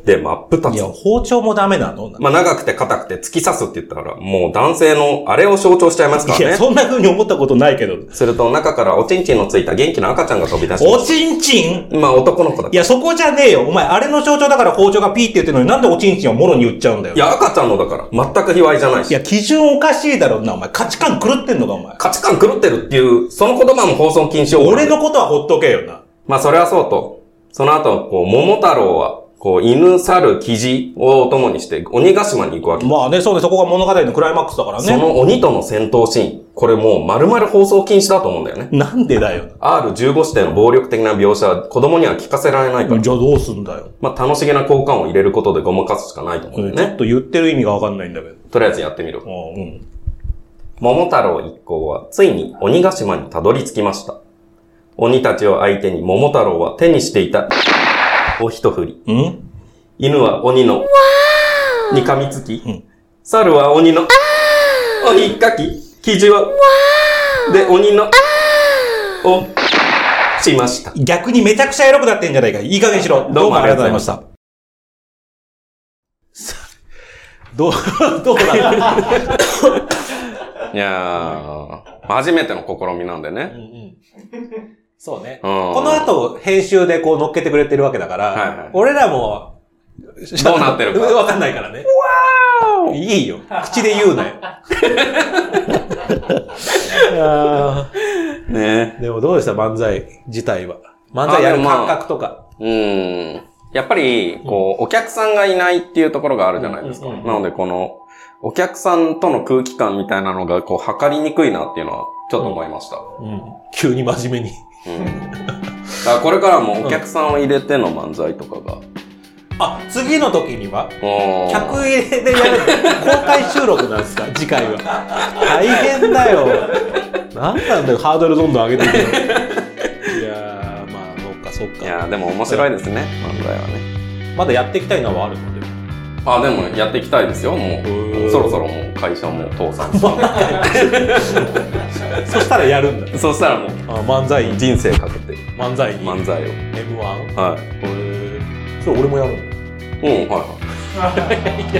[SPEAKER 2] で、真っ二
[SPEAKER 1] いや、
[SPEAKER 2] つ。
[SPEAKER 1] 包丁もダメなの、
[SPEAKER 2] まあ、長くて硬くて突き刺すって言ったから、もう男性のあれを象徴しちゃいますか
[SPEAKER 1] いや、
[SPEAKER 2] らね。
[SPEAKER 1] そんな風に思ったことないけど。
[SPEAKER 2] すると中からおちんちんのついた元気な赤ちゃんが飛び出しま
[SPEAKER 1] お
[SPEAKER 2] し
[SPEAKER 1] ちんちん
[SPEAKER 2] た。まあ、男の子だ
[SPEAKER 1] いや、そこじゃねえよ。お前、あれの象徴だから包丁がピーって言ってるのに、なんでおちんちんをもろに言っちゃうんだよ。
[SPEAKER 2] い、や、赤ちゃんのだから、全く卑猥じゃない
[SPEAKER 1] い
[SPEAKER 2] し。
[SPEAKER 1] や基準おかしいだろうな、お前。価値観狂ってんのか、お前。
[SPEAKER 2] 価値観狂ってるっていう、その言葉も放送禁止用語
[SPEAKER 1] 俺のことはほっとけよな。
[SPEAKER 2] まあ、それはそうと、その後、こう、桃太郎は、こう、犬、猿、キジを共にして、鬼ヶ島に行くわけ。
[SPEAKER 1] まあね、そうね、そこが物語のクライマックスだから
[SPEAKER 2] そ
[SPEAKER 1] ね。
[SPEAKER 2] の鬼との戦闘シーン、これもう丸々放送禁止だと思うんだよね。
[SPEAKER 1] なんでだよ。
[SPEAKER 2] R15 指定の暴力的な描写は子供には聞かせられな
[SPEAKER 1] じ
[SPEAKER 2] い
[SPEAKER 1] ゃ
[SPEAKER 2] か
[SPEAKER 1] あ
[SPEAKER 2] ら、
[SPEAKER 1] どうすんだよ。
[SPEAKER 2] まあ楽しげな効果音を入れることでごまかすしかないと思うん
[SPEAKER 1] ち
[SPEAKER 2] だ
[SPEAKER 1] ょ
[SPEAKER 2] よ
[SPEAKER 1] っ
[SPEAKER 2] ね。
[SPEAKER 1] と言ってる意味がわかんないんだけど。
[SPEAKER 2] とりあえずやってみる。
[SPEAKER 1] あうん。
[SPEAKER 2] 桃太郎一行はついに鬼ヶ島にたどり着きました。鬼たちを相手に桃太郎は手にしていたを一振り、
[SPEAKER 1] うん
[SPEAKER 2] 犬は鬼のに噛みつき、
[SPEAKER 1] うん
[SPEAKER 2] 猿は鬼のを引っかき、キジはで鬼のをしました。
[SPEAKER 1] 逆にめちゃくちゃエロくなってんじゃないか。いい加減にしろ。
[SPEAKER 2] ど
[SPEAKER 1] どう
[SPEAKER 2] うも
[SPEAKER 1] も
[SPEAKER 2] あ
[SPEAKER 1] あ
[SPEAKER 2] り
[SPEAKER 1] りがとう
[SPEAKER 2] がとうござ
[SPEAKER 1] ござ
[SPEAKER 2] い
[SPEAKER 1] い
[SPEAKER 2] ま
[SPEAKER 1] ま
[SPEAKER 2] し
[SPEAKER 1] した。どう、どう (laughs) だ
[SPEAKER 2] いやー、初めての試みなんでね。
[SPEAKER 1] そうね。
[SPEAKER 2] こ
[SPEAKER 1] この、後、編集でこう乗っけてくれてるわけだから、
[SPEAKER 2] はいはい
[SPEAKER 1] 俺らも、
[SPEAKER 2] どうなってるか
[SPEAKER 1] わかんないからね。いいよ。口で言うな
[SPEAKER 2] (laughs)
[SPEAKER 1] よ。いや
[SPEAKER 2] ね
[SPEAKER 1] ーでもどうでした漫才自体は。漫才やる感覚とか。
[SPEAKER 2] うん。やっぱり、こう、お客さんがいないっていうところがあるじゃないですか。
[SPEAKER 1] うんうんうん
[SPEAKER 2] なので、この、お客さんとの空気感みたいなのが、こう、測りにくいなっていうのは、ちょっと思いました。
[SPEAKER 1] うん急に真面目に。
[SPEAKER 2] うん。だから、これからもお客さんを入れての漫才とかが、
[SPEAKER 1] あ、次の時には
[SPEAKER 2] おー
[SPEAKER 1] 客入れでやる公開収録なん (laughs) ですか次回は大変だよなんなんだよハードルどんどん上げていくのいやーまあそっかそっ
[SPEAKER 2] い
[SPEAKER 1] か
[SPEAKER 2] やーでも面白いですね、漫才はね。
[SPEAKER 1] まだやっていきたいのはあるので
[SPEAKER 2] あ、でもやっていきたいですよ、も
[SPEAKER 1] ー
[SPEAKER 2] う。そろそろもう会社も倒産し
[SPEAKER 1] そしたらやるん (laughs) だ
[SPEAKER 2] そしたらもう
[SPEAKER 1] あ漫才
[SPEAKER 2] 人生かけて
[SPEAKER 1] 漫才に
[SPEAKER 2] 漫才を。
[SPEAKER 1] m 1
[SPEAKER 2] は
[SPEAKER 1] それ俺もやるの
[SPEAKER 2] い。うん、はい
[SPEAKER 1] (laughs)
[SPEAKER 2] は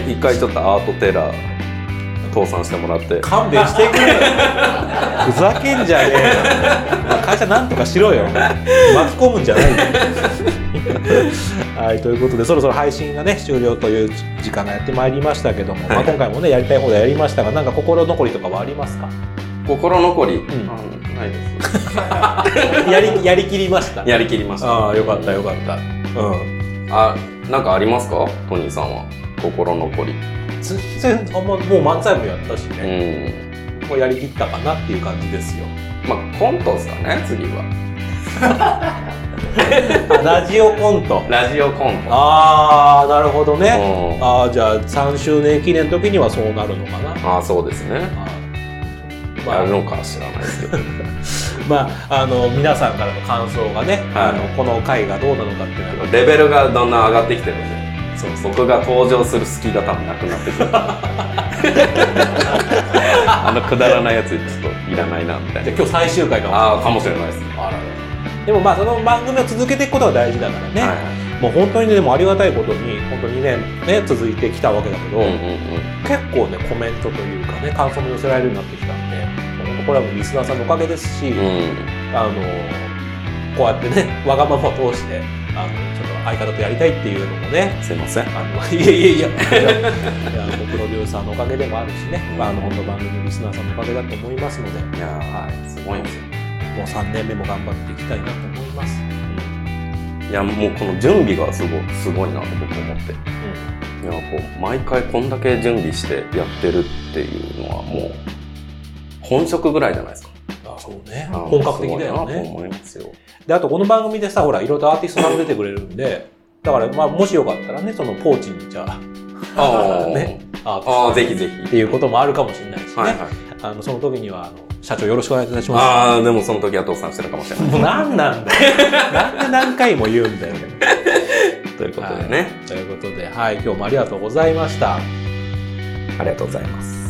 [SPEAKER 2] い。一回ちょっとアートテラー倒産してもらって。
[SPEAKER 1] 勘弁してく (laughs) れよふざけんじゃねえよ会社なんとかしろよ巻き込むんじゃないよはいということでそろそろ配信がね終了という時間がやってまいりましたけども、まあ、
[SPEAKER 2] はい
[SPEAKER 1] 今回もねやりたい放題やりましたがなんか心残りとかはありますか
[SPEAKER 2] 心残り、
[SPEAKER 1] ん
[SPEAKER 2] あないです。
[SPEAKER 1] やりやりきりました
[SPEAKER 2] やりきりました。
[SPEAKER 1] ああよかったよかったうん
[SPEAKER 2] あ、なんかありますかトニーさんは。心残り。
[SPEAKER 1] 全然あんまもう漫才もやったし
[SPEAKER 2] う
[SPEAKER 1] ね、
[SPEAKER 2] ん。
[SPEAKER 1] もうやりきったかなっていう感じですよ
[SPEAKER 2] まあ、コントですかね、次は。
[SPEAKER 1] ラジオコント
[SPEAKER 2] ラジオコント。
[SPEAKER 1] ああなるほどね、
[SPEAKER 2] うん
[SPEAKER 1] ああじゃあ3周年記念の時にはそうなるのかな
[SPEAKER 2] ああ、そうですね。
[SPEAKER 1] ま
[SPEAKER 2] やる
[SPEAKER 1] あ、
[SPEAKER 2] のか知らないですけど。
[SPEAKER 1] まあ、あの皆さんからの感想がね、
[SPEAKER 2] はい
[SPEAKER 1] あのこの回がどうなのかっていうのが
[SPEAKER 2] レベルがだんだん上がってきてるんで、そう僕が登場する隙が多分なくなっ
[SPEAKER 1] (laughs)
[SPEAKER 2] てくる。あのくだらないやつちょっといらないなみたい
[SPEAKER 1] じゃあ。
[SPEAKER 2] な
[SPEAKER 1] 今日最終回かも
[SPEAKER 2] ああ、かもしれないですね。
[SPEAKER 1] あららでもまあその番組を続けていくことが大事だからね、
[SPEAKER 2] は
[SPEAKER 1] もう本当にねでもありがたいことに本当2年ね続いてきたわけだけど、
[SPEAKER 2] い。うんうんうん。
[SPEAKER 1] 結構ねコメントというかね感想も寄せられるようになってきたんで本当これはもうリスナーさんのおかげですし、
[SPEAKER 2] うん。
[SPEAKER 1] あのこうやってね (laughs) わがままを通してあのちょっと相方とやりたいっていうのもね
[SPEAKER 2] すいません。
[SPEAKER 1] あの (laughs) いやいやいやいやもうプロデューサーのおかげでもあるしね、まあ、あの本当番組のリスナーさんのおかげだと思いますのでも
[SPEAKER 2] いやーはい、すごいんですよ。
[SPEAKER 1] う3年目も頑張っていきたいなと思います、
[SPEAKER 2] いや、もうこの準備がすごい、すごいなと僕思って。いや、こう、毎回こんだけ準備してやってるっていうのはもう、本職ぐらいじゃないですか。
[SPEAKER 1] あそうね本格的だよ
[SPEAKER 2] すごいなと
[SPEAKER 1] ね
[SPEAKER 2] 思いますよ。
[SPEAKER 1] であとこの番組でさほらいろいろとアーティストさんも出てくれるんでだからまあもしよかったらねそのポーチにじ (laughs) ゃあ
[SPEAKER 2] あー
[SPEAKER 1] ねアーティス
[SPEAKER 2] あー、ぜひぜひ。
[SPEAKER 1] トっていうこともあるかもしれないしね、
[SPEAKER 2] はいはい。
[SPEAKER 1] あのその時にはあの社長よろしくお願いいたします
[SPEAKER 2] ああ、でもその時は倒産してるかもしれない。
[SPEAKER 1] もう何なんだよ。なんで (laughs) 何回も言うんだよ。
[SPEAKER 2] ということでね、
[SPEAKER 1] ということで、はい、今日もありがとうございました。
[SPEAKER 2] ありがとうございます。